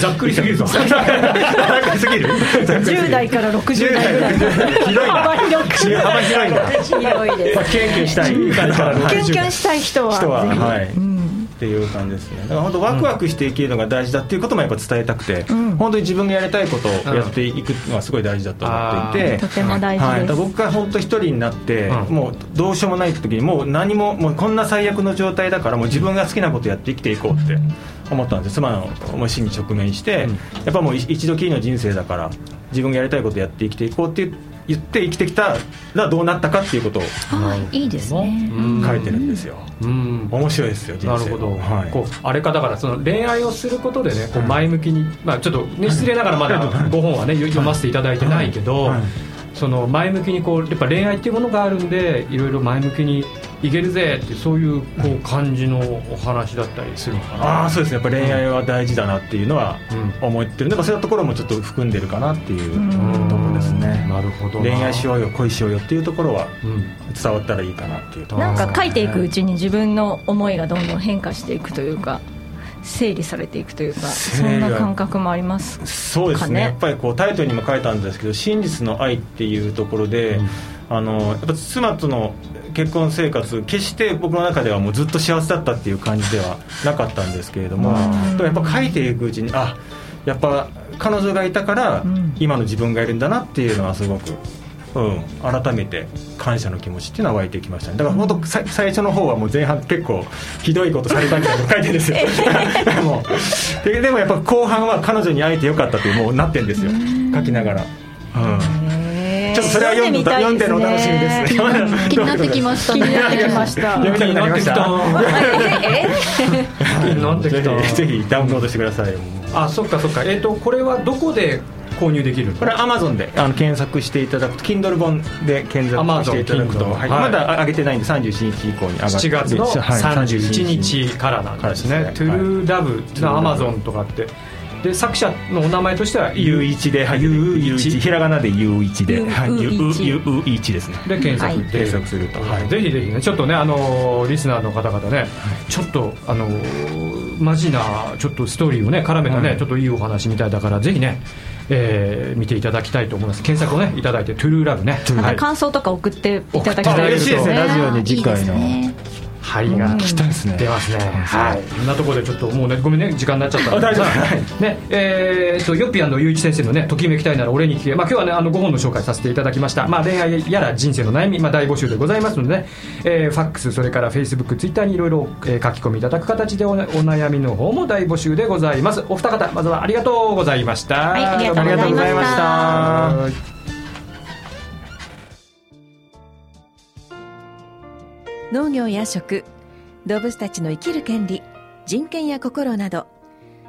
ざっくりすぎるぞざっくりすぎる
10代から60代ぐらい
広いな
幅広く
幅広いな
広いです
まあキュンキュンしたい
キュンキ
方から60代
ュンしたい人は
人は、
ぜひ
はいっていう感じですねだから本当ワクワクして生きるのが大事だっていうこともやっぱ伝えたくて、本当に自分がやりたいことをやっていくのはすごい大事だと思っていて、
とても大事です
はい、だから僕が本当一人になって、もうどうしようもない時にもう何ももうこんな最悪の状態だからもう自分が好きなことやって生きていこうって思ったんです妻のもう死に直面して、やっぱもうい一度きりの人生だから自分がやりたいことやって生きていこうって言って生きてきたらどうなったかっていうことを
いいですね
書いてるんですよ、面白いですよ人生
なるほど、こうあれかだからその恋愛をすることでねこう前向きに、まあ、ちょっと、ね、失礼ながらまだ5本はね読ませていただいてないけど、その前向きにこうやっぱ恋愛っていうものがあるんでいろいろ前向きにいけるぜってそういうこう感じのお話だったりするのかな
ああそうですねやっぱ恋愛は大事だなっていうのは思ってるんで、まあそういうところもちょっと含んでるかなっていうところですね
なるほどな
恋愛しようよ恋しようよっていうところは伝わったらいいかなっていうところ
なん
ですね
か書いていくうちに自分の思いがどんどん変化していくというか整理されていくというか
整
そ
理
ん
が
な感覚もあります
そうですね
かね
やっぱりこうタイトルにも書いたんですけど「真実の愛」っていうところで、あのやっぱ妻との結婚生活決して僕の中ではもうずっと幸せだったっていう感じではなかったんですけれども、でもやっぱ書いていくうちにあやっぱ彼女がいたから今の自分がいるんだなっていうのはすごく。うん、改めて感謝の気持ちっていうのは湧いてきましたねだから本当さ最初の方はもう前半結構ひどいことされたみたいなの書いてるんです よもうででもやっぱ後半は彼女に会えてよかったというもうなってんですよ書きながら、うん、ちょっとそれは読んで読んでのお楽しみですね
うん 気になってきましたね
気になってきました読みたくな り ました
なんてきた
ぜひダウンロードしてください
あそっかそっかえっ、とこれはどこで購入できるの
これは Amazon であの検索していただくと Kindle 本で検索していただくと、
Amazon
はい
Kindle
まだ上げてないんで31日以降に上がって
7月の
はい
31日からなんですね「トゥルーラブ」アマゾンとかってで作者のお名前としては
U 一で、はい、U 一ひらがなで U 一で、はい、
U
U
一
U 一ですね。
で検索
はい
で
検索すると、はい、
ぜひぜひねちょっとねあのーリスナーの方々ね、ちょっとあのーマジなちょっとストーリーをね絡めたね、ちょっといいお話みたいだからぜひね、えー見ていただきたいと思います検索をねいただいて「トゥルーラブね」
ま
は
た
い
感想とか送っていただきたい
送っていただけると嬉しいですねラジオ
に次回の
いいですね
針が
来たんですね
出ますねはいこんなところでちょっともうねごめんね時間になっちゃった
あ大丈夫
はいねえーとヨッピーゆういち先生のねときめきたいなら俺に聞けまあ今日はねあの5本の紹介させていただきましたまあ恋愛やら人生の悩みまあ大募集でございますのでねえーファックスそれからフェイスブックツイッターにいろいろえー書き込みいただく形でおお悩みの方も大募集でございますお二方まずはありがとうございました
はいありがとうございました
どもありがとうございました
農業や食動物たちの生きる権利人権や心など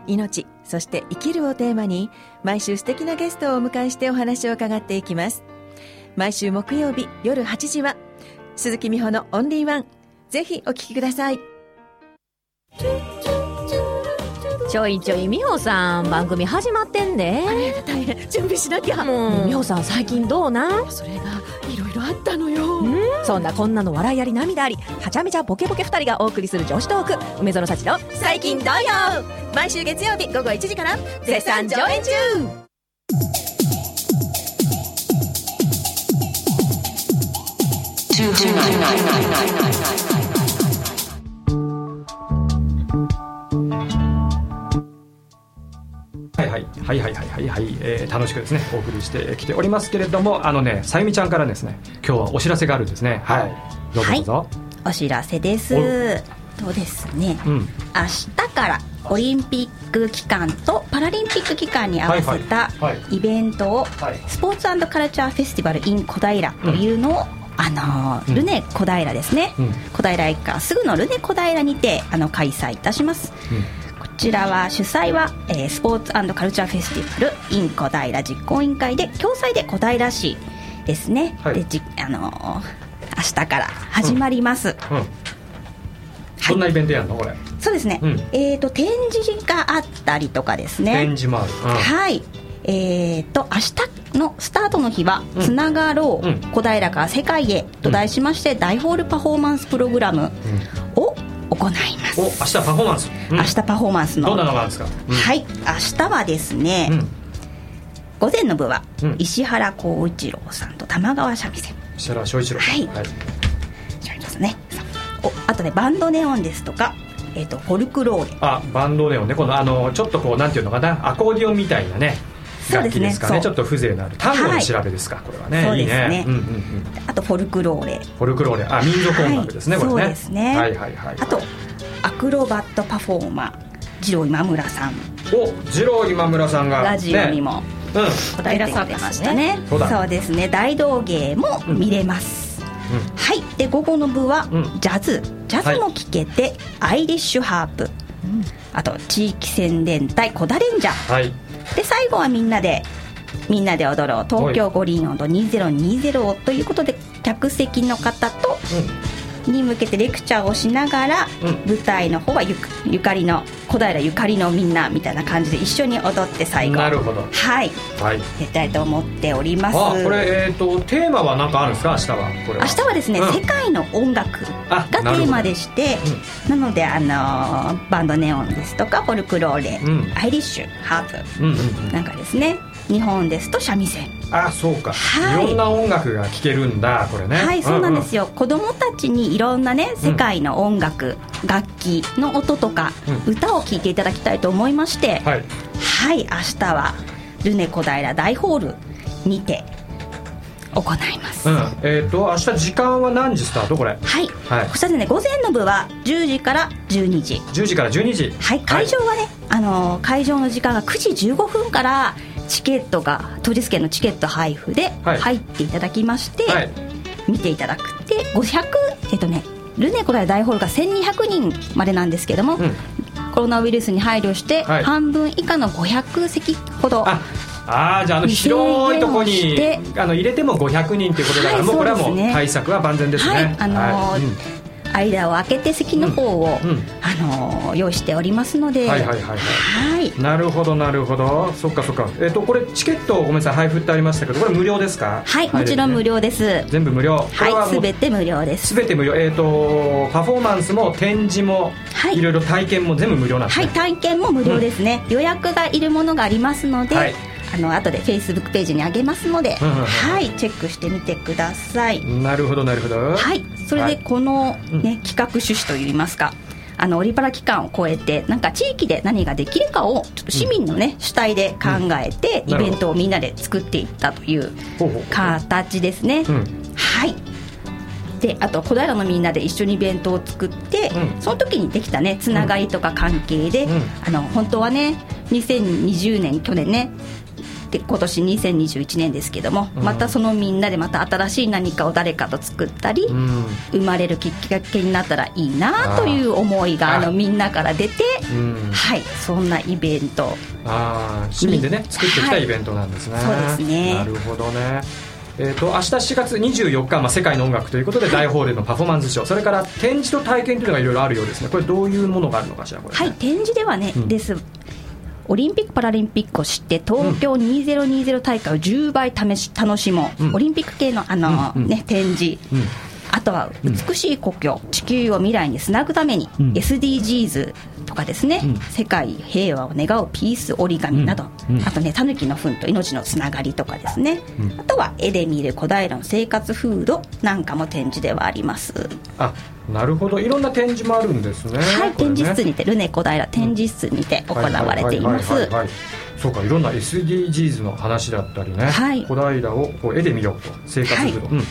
命そして生きるをテーマに毎週素敵なゲストをお迎えしてお話を伺っていきます毎週木曜日夜8時は鈴木美穂のオンリーワンぜひお聞きください
ちょいちょい美穂さん番組始まってんで
大変準備しなきゃ
もう美穂さん最近どうなん
それがいろいろあったのよ
そんなこんなの笑いあり涙ありはちゃめちゃボケボケ二人がお送りする女子トーク梅園幸の
最近どうよ毎週月曜日午後1時から絶賛上演中
はいはいはいはいはいはいはい、えー楽しくですねお送りしてきておりますけれどもあのねさゆみちゃんからですね今日はお知らせがあるんですねはいどうぞどうぞ、
お知らせです
お
とですね、
うん
明日からオリンピック期間とパラリンピック期間に合わせた
はい
イベントを
はい
スポーツカルチャーフェスティバル in 小平というのを、あのールネ小平ですね、
うん
小平一家すぐのルネ小平にてあの開催いたします、こちらは主催は、えースポーツカルチャーフェスティバル in 小平実行委員会で共催で小平市ですね、でじあのー明日から始まります、
どんなイベントやんのこれ
そうですね、
うん
えっ、と展示があったりとかですね
展示もある、うん
はい。えー、と明日のスタートの日は「つながろう、
うん
小平から世界へ」と題しまして、大ホールパフォーマンスプログラムを行います、
お明日パフォーマンス、うん
明日パフォーマンスの
どんなのがあるんですか、
はい明日はですね、午前の部は石原浩一郎さんと玉川三味線
設楽正一郎
はい
はい
ですねおあとねバンドネオンですとか、えー、とフォルクローレ
あバンドネオンねこのあのちょっとこうなんていうのかなアコーディオンみたいなね
そうです
楽器
ね
ですかね
そう
ちょっと風情のある単語
は
の
い
調べですか、これはね
そうですね
いいね、うんうんうん、
あとフォルクローレ
フォルクローレあ民族音楽ですね、
はい
これね
そうですね
はいはいはい
あとアクロバットパフォーマー二郎今村さん
お次郎今村さんが、ね、
ラジオにも
う
小
ん
平さん出ましたね
そうだ
ですね大道芸も見れます、はいで午後の部はジャズ、ジャズも聴けて、アイリッシュハープ、あと地域宣伝隊こだレンジャー
はい
で最後はみんなで「みんなで踊ろう東京五輪音2020」をということで客席の方と、に向けてレクチャーをしながら、舞台の方はゆかゆかりの小平ゆかりのみんなみたいな感じで一緒に踊って最後
なるほど
はい
はい
やりたいと思っております
あこれえっ、とテーマは何かあるんですか明日はこれ
明
は
日はですね、
うん
世界の音楽が
あ
テ
なるほど
ーマでしてな,、ので、あのーバンドネオンですとかフォルクローレ、
うん
アイリッシュハープ、
うんうんうん
なんかですね日本ですと三味線
あそうか、い、ろんな音楽が聴けるんだこれね
はいそうなんです
よ、
よ、子供たちにいろんなね世界の音楽、楽器の音とか、歌を聴いていただきたいと思いましてはい、明日はルネ小平大ホールにて行います
うんえっ、と明日時間は何時スタートこれ
はい
はい
そしたらね午前の部は10時から12時
10時から12時
はい会場はね、あのー会場の時間が9時15分からチケットが当日券のチケット配布で
はい
入っていただきまして、
はい
見ていただくで500えっとねルネコ大大ホールが1200人までなんですけども、コロナウイルスに配慮して
はい
半分以下の500席ほど、
ああじゃああの
2000
広いとこに
円を
あの入れても500人ということだから、
はい
もうこれはも
そう
う
ですね
対策は万全ですね
はいあのー間を空けて席の方を、あのー用意しておりますので、
はいはいはいはい
はい
うんなるほどなるほどそっかそっかえっ、とこれチケットごめんなさい配布ってありましたけどこれ無料ですか
はい、もちろん無
料
料です。
全部無料
はい、すべ
て
て無料です。
全て無料えっ、とパフォーマンスも展示も、い、ろいろ体験も全部無料なんです
は
ね
い、体験も無料ですね。予約がいるものがありますので、
はい
あの後でフェイスブックページに上げますので、
うんうんうん
はいチェックしてみてください。
なるほどなるほど
はい、それ
は
で
い
この、ね企画趣旨といいますかあのオリパラ期間を超えてなんか地域で何ができるかをちょっと市民の、ね主体で考えて、
うん
イベントをみんなで作っていったという形ですね。はいであと小平のみんなで一緒にイベントを作って、その時にできたねつながりとか関係で、あの本当はね2020年去年ねで今年2021年ですけども、
うん
またそのみんなでまた新しい何かを誰かと作ったり、
うん
生まれるきっかけになったらいいなという思いがあのみんなから出て、
うん
はいそんなイベント
ああ市民でね作ってきたイベントなんですね、
はいそうですね
なるほどねえー、と明日4月24日、まあ、世界の音楽ということで大ホールでのパフォーマンスショーそれから展示と体験というのがいろいろあるようですねこれどういうものがあるのかしらこれ、
はい展示ではね、ですオリンピック・パラリンピックを知って東京2020大会を10倍試し楽しもう、オリンピック系のあの、
うんうん
ね、展示、あとは美しい故郷、地球を未来につなぐために、
うん
SDGs とかですね、
うん
世界平和を願うピース折り紙など、
うんうん
あとねたぬきの糞と命のつながりとかですね、あとは絵で見る小平の生活風土なんかも展示ではあります。
あなるほどいろんな展示もあるんですね
はい、
これ
展
ね
示室にて、ルネ小平展示室にて行われていま
はは
す
は。はいはいそうかいろんな SDGs の話だったりね、
はい
小平をこう絵で見ようと生活風土、うん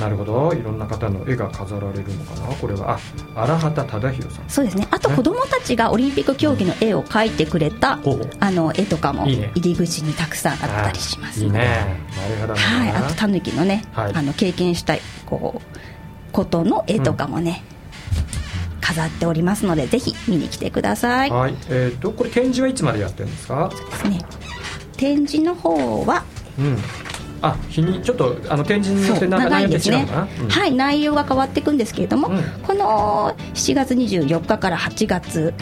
なるほどいろんな方の絵が飾られるのかなこれはあ荒畑忠宏さん
そうですねあと子どもたちがオリンピック競技の絵を描いてくれたあの絵とかも
いいね
入り口にたくさんあったりします
いいねなるほどね
はい、あとタヌキのね、
はい
あの経験したいこうことの絵とかもね、飾っておりますのでぜひ見に来てください、
はいえっ、とこれ展示はいつまでやってるんですか
展示の方は
うんあ日にちょっとあの展示によって
そう長いんですね、
内容って違うのかな、
はい内容が変わっていくんですけれども、この7月24日から8月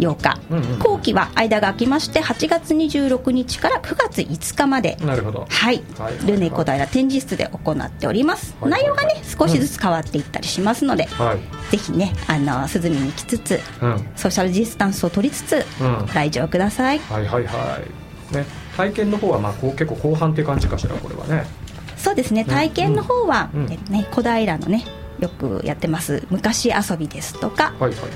8日、後期は間が空きまして8月26日から9月5日まで
なるほど
はい、
はい
ルネ小平展示室で行っております、内容がね少しずつ変わっていったりしますので、
はい
ぜひねあの涼みに来つつ
うん
ソーシャルディスタンスを取りつつ、
うん
ご来場ください
はいはいはいね体験の方はまあこう結構後半って感じかしらこれはね
そうですね体験の方は、
うんうん
えっとね、小平のねよくやってます昔遊びですとか
はいはいはい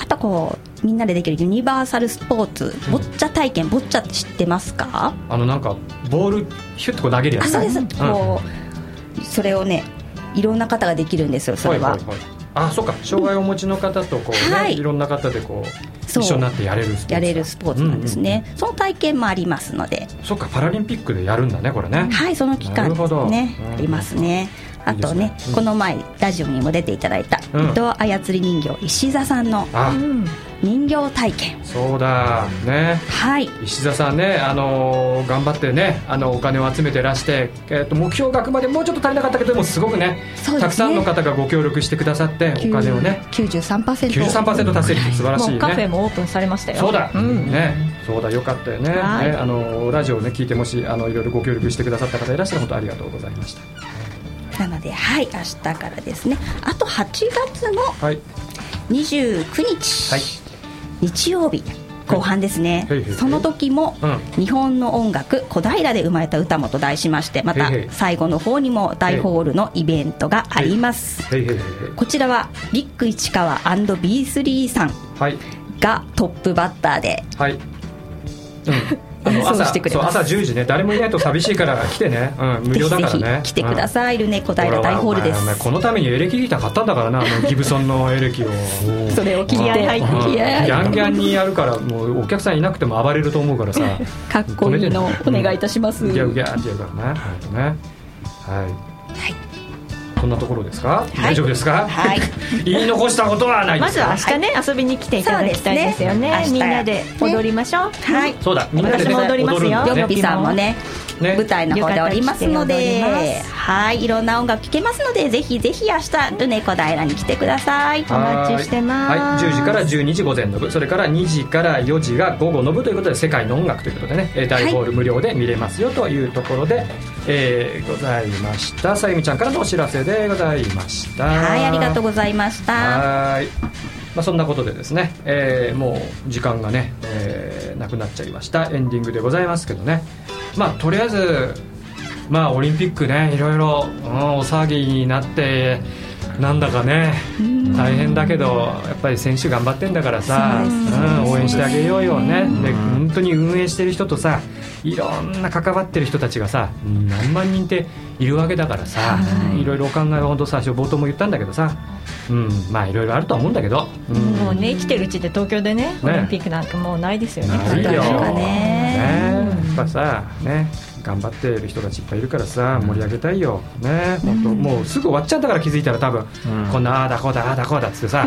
あとこうみんなでできるユニバーサルスポーツボッチャ体験ボッチャって知ってますか
あのなんかボールヒュッとこう投げるや
あ
つ
そうです、
ん
こうそれをねいろんな方ができるんですよそれは,、
いいいあそうか障害をお持ちの方とこう、ね
はい
い、ろんな方でこう
そう
一緒になってやれるスポーツ
やれるスポーツなんですね、その体験もありますので
そっかパラリンピックでやるんだねこれね
はいその期
な
間で
るほ
す
ど
ね
うん
ありますねあとね
うん
この前ラジオにも出ていただいた、
うん
伊藤操り人形石座さんの
あ
うん人形体験
そうだね
はい
石田さんね、あのー頑張ってねあのお金を集めてらして、えー、と目標額までもうちょっと足りなかったけどでもすごくね
そうですね
たくさんの方がご協力してくださってお金をね
93%
93%達成率素晴らしいね
もうカフェもオープンされましたよ
そうだ、
ん
ね、そうだよかったよねね
はい
あのラジオを、ね、聞いてもしあのいろいろご協力してくださった方いらっしゃることありがとうございました
なのではい明日からですねあと8月の
はい
29日、日曜日後半ですね、
はいはい
その時も「日本の音楽小平で生まれた歌も」と題しましてまた
はいはい
最後の方にも大ホールのイベントがあります、
へいへいへいへい
こちらはリック市川 &B3 さん
はい
がトップバッターで
は い、うん、あの
演奏
朝
してくれます
そう朝10時ね誰もいないと寂しいから来てね、 うん、無料だから
ぜひぜ
ね
ひ来てくだ
い、
さい、ルネ小平大ホールで
ほらお前お前
す
このためにエレキギター買ったんだからなあのギブソンのエレキを
それを聞いて
うん
気合入って
うんギ
気合入って
ャンギャンにやるからもうお客さんいなくても暴れると思うからさ
かっこいいのをお願いいたします、
ギャーギャーってやるからね本当ねはい、こんなところですか、大丈夫ですか、
はい
言い残したことはないで
ますず
か
は明日ね遊びに来ていただきたいですよね
そうですね
みんなで踊りましょう、はい
そうだみんなで
私
ね
も踊りますよ
踊るんだね
よっぴ
さんもね
ね
舞台の方でおりますので
よかったら来て踊りま
はいいろんな音楽聴けますのでぜひぜひ明日ルネ小平に来てください
はい、10時から12時午前の部それから2時から4時が午後の部ということで世界の音楽ということでねえー大ホール無料で見れますよというところで、えーございましたさゆみちゃんからのお知らせでございました
はいありがとうございました
はい、まあ、そんなことでですね、えーもう時間がね、えーなくなっちゃいましたエンディングでございますけどね、まあとりあえずまあオリンピックねいろいろ、うんお騒ぎになってなんだかね大変だけどやっぱり選手頑張ってんだからさ、うん、応援してあげようよねで本当に運営してる人とさいろんな関わってる人たちがさ何万人っているわけだからさいろいろお考えは本当最初冒頭も言ったんだけどさ、うん、まあいろいろあるとは思うんだけど、うん
もうね生きてるうちで東京でねオリンピックなんかもうないですよね
ないよ
簡単に
ねやっぱさね頑張ってる人たちいっぱいいるからさ盛り上げたいよね本当もうすぐ終わっちゃったから気づいたら多分こんなああだこうだああだこうだっつってさ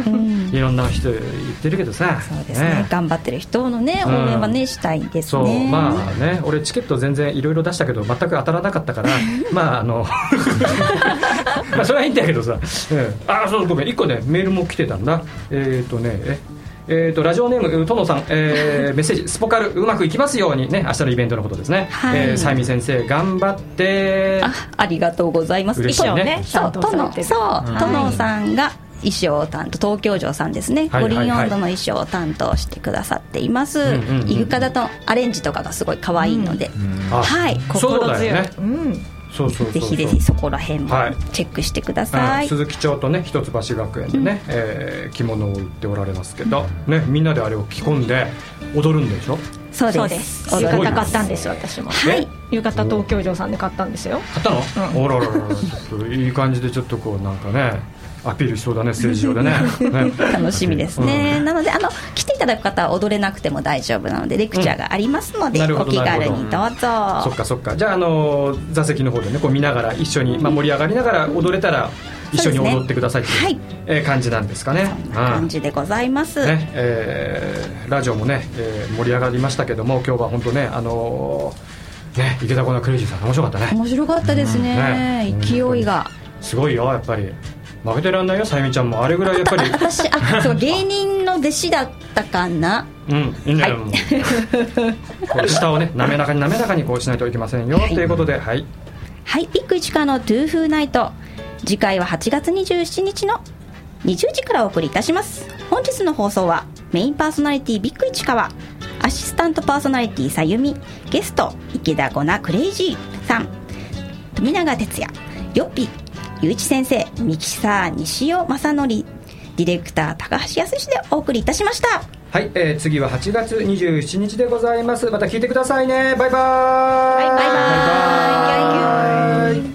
いろんな人言ってるけどさそう
ですね頑張ってる人のね応援はねしたいです
そう
ね
まあね俺チケット全然いろいろ出したけど全く当たらな かったからまああの まあそれはいいんだけどさ、うんああそうごめん一個ねメールも来てたんだえっ、とねええーとラジオネームとのさん、え ーメッセージスポカルうまくいきますようにね明日のイベントのことですね、
はい
えーサイミ先生頑張って
ありがとうございます
嬉しいね
そう殿そう
うん
殿さんが衣装を担当東京城さんですね、
はいはいはい
五輪温度の衣装を担当してくださっています、
うんうんうん
イグカダとアレンジとかがすごい可愛いので、
あ
はい
そう
心強い
だよね
うん
そうそうそう
ぜひぜひそこら辺もチェックしてくださ
うん
い、
鈴木町とね一橋学園でね、えー着物を売っておられますけど、ね、みんなであれを着込んで踊るんでしょ
そう
そう
で
です
す
浴
すごい
衣
ね
買ったんです私も
はい
浴衣東京城さんで買ったんですよ
買ったの、おらららららちょっといい感じでちょっとこうなんかねアピールしそうだねステージ上でねね
楽しみですね、なのであの来ていただく方は踊れなくても大丈夫なのでレクチャーがありますので、
うんなるほ
お
ど
気軽にどう
な
ぞ、
そっかそっかじゃあ、あのー座席の方でねこう見ながら一緒に、まあ、盛り上がりながら踊れたら一緒に踊ってくださいっていうえー感じなんですかねそんな
感じでございます、
ねえーラジオもね、えー盛り上がりましたけども今日は本当ねあのーね池田コーナークレイジーさん面白かったね
面白かったですね,、
うんね
勢いが
すごいよやっぱり負けてらんないよさゆみちゃんもあれぐらいやっぱ り
私あそう芸人の弟子だったかな
うんいいんじゃないもう こう下をね滑らかに滑らかにこうしないといけませんよ、ということではい
はいピック市川のトゥーフーナイト次回は8月27日の20時からお送りいたします本日の放送はメインパーソナリティビッグ市川アシスタントパーソナリティさゆみゲスト池田ゴナクレイジーさん富永哲也よっぴゆういち先生ミキサー西尾正則ディレクター高橋康でお送りいたしました
はい、えー次は8月27日でございますまた聞いてくださいねバイバーイ、バイバイ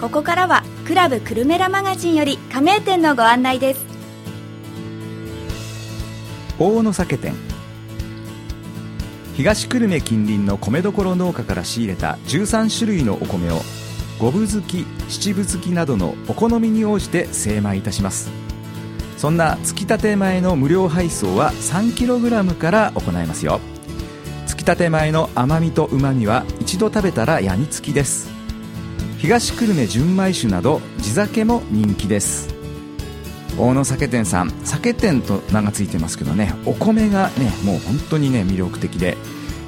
ここからはクラブクルメラマガジンより加盟店のご案内です
大野酒店東久留米近隣の米どころ農家から仕入れた13種類のお米を五分漬き七分漬きなどのお好みに応じて精米いたしますそんなつきたて前の無料配送は 3kg から行いますよつきたて前の甘みとうまみは一度食べたらやみつきです東久留米純米酒など地酒も人気です大野酒店さん酒店と名がついてますけどねお米がねもう本当にね魅力的で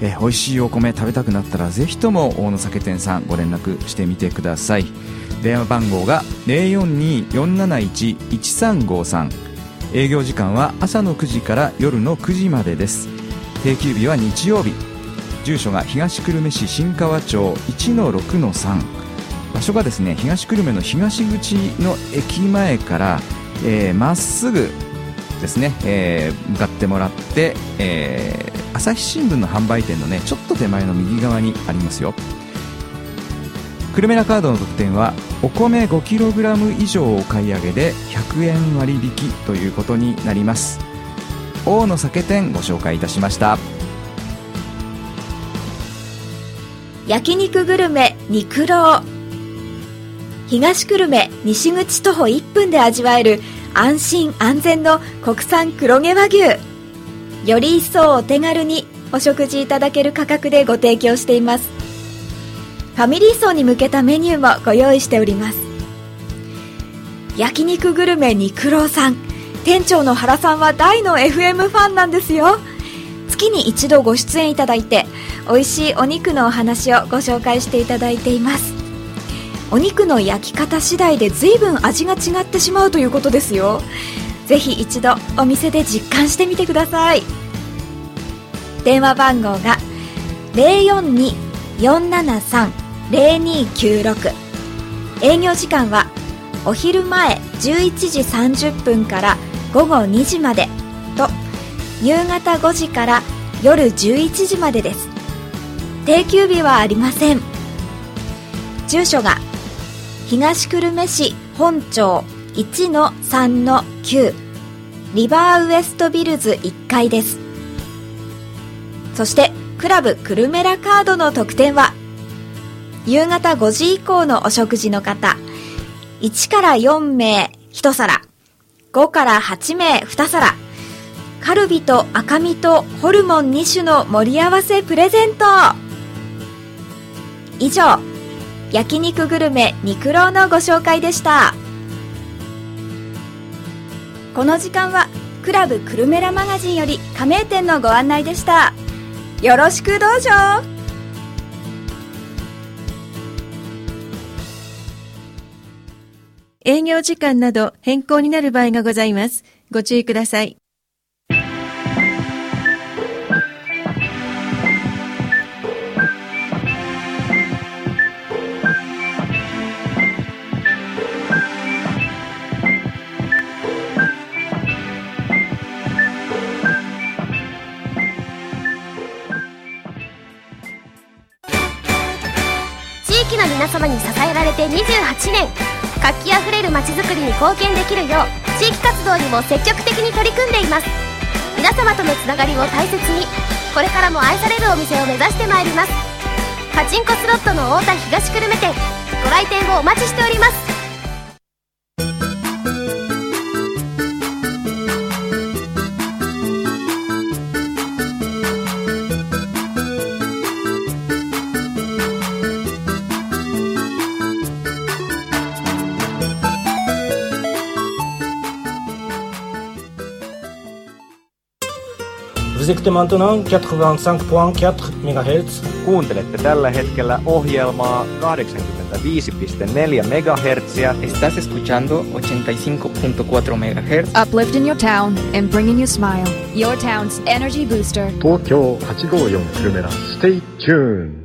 え美味しいお米食べたくなったらぜひとも大野酒店さんご連絡してみてください電話番号が0424711353営業時間は朝の9時から夜の9時までです定休日は日曜日住所が東久留米市新川町1-6-3場所がですね東久留米の東口の駅前からま、えー、っすぐですね、えー向かってもらって、えー朝日新聞の販売店のねちょっと手前の右側にありますよ久留米ラカードの特典はお米 5kg 以上お買い上げで100円割引ということになります大野酒店ご紹介いたしました
焼肉グルメ肉郎東久留米西口徒歩1分で味わえる安心安全の国産黒毛和牛より一層お手軽にお食事いただける価格でご提供していますファミリー層に向けたメニューもご用意しております焼肉グルメ肉郎さん店長の原さんは大の FM ファンなんですよ月に一度ご出演いただいて美味しいお肉のお話をご紹介していただいていますお肉の焼き方次第で随分味が違ってしまうということですよぜひ一度お店で実感してみてください電話番号が042-473-0296営業時間はお昼前11時30分から午後2時までと夕方5時から夜11時までです定休日はありません住所が東久留米市本町1-3-9リバーウエストビルズ1階ですそしてクラブ久留米ラカードの特典は夕方5時以降のお食事の方1から4名1皿5から8名2皿カルビと赤身とホルモン2種の盛り合わせプレゼント以上焼肉グルメ肉郎のご紹介でしたこの時間はクラブクルメラマガジンより加盟店のご案内でしたよろしくどうぞ
営業時間など変更になる場合がございます。ご注意ください。
地域の皆様に支えられて28年活気あふれるまちづくりに貢献できるよう地域活動にも積極的に取り組んでいます皆様とのつながりを大切にこれからも愛されるお店を目指してまいりますパチンコスロットの太田東久留米店ご来店をお待ちしております
Vous écoutez maintenant 85.4 MHz.
Kuuntelette tällä hetkellä ohjelmaa 85.4 MHz.
Estás escuchando 85.4 MHz.
Uplifting your town and bringing you smile. Your town's energy booster.
東京854久留米ら Stay tuned!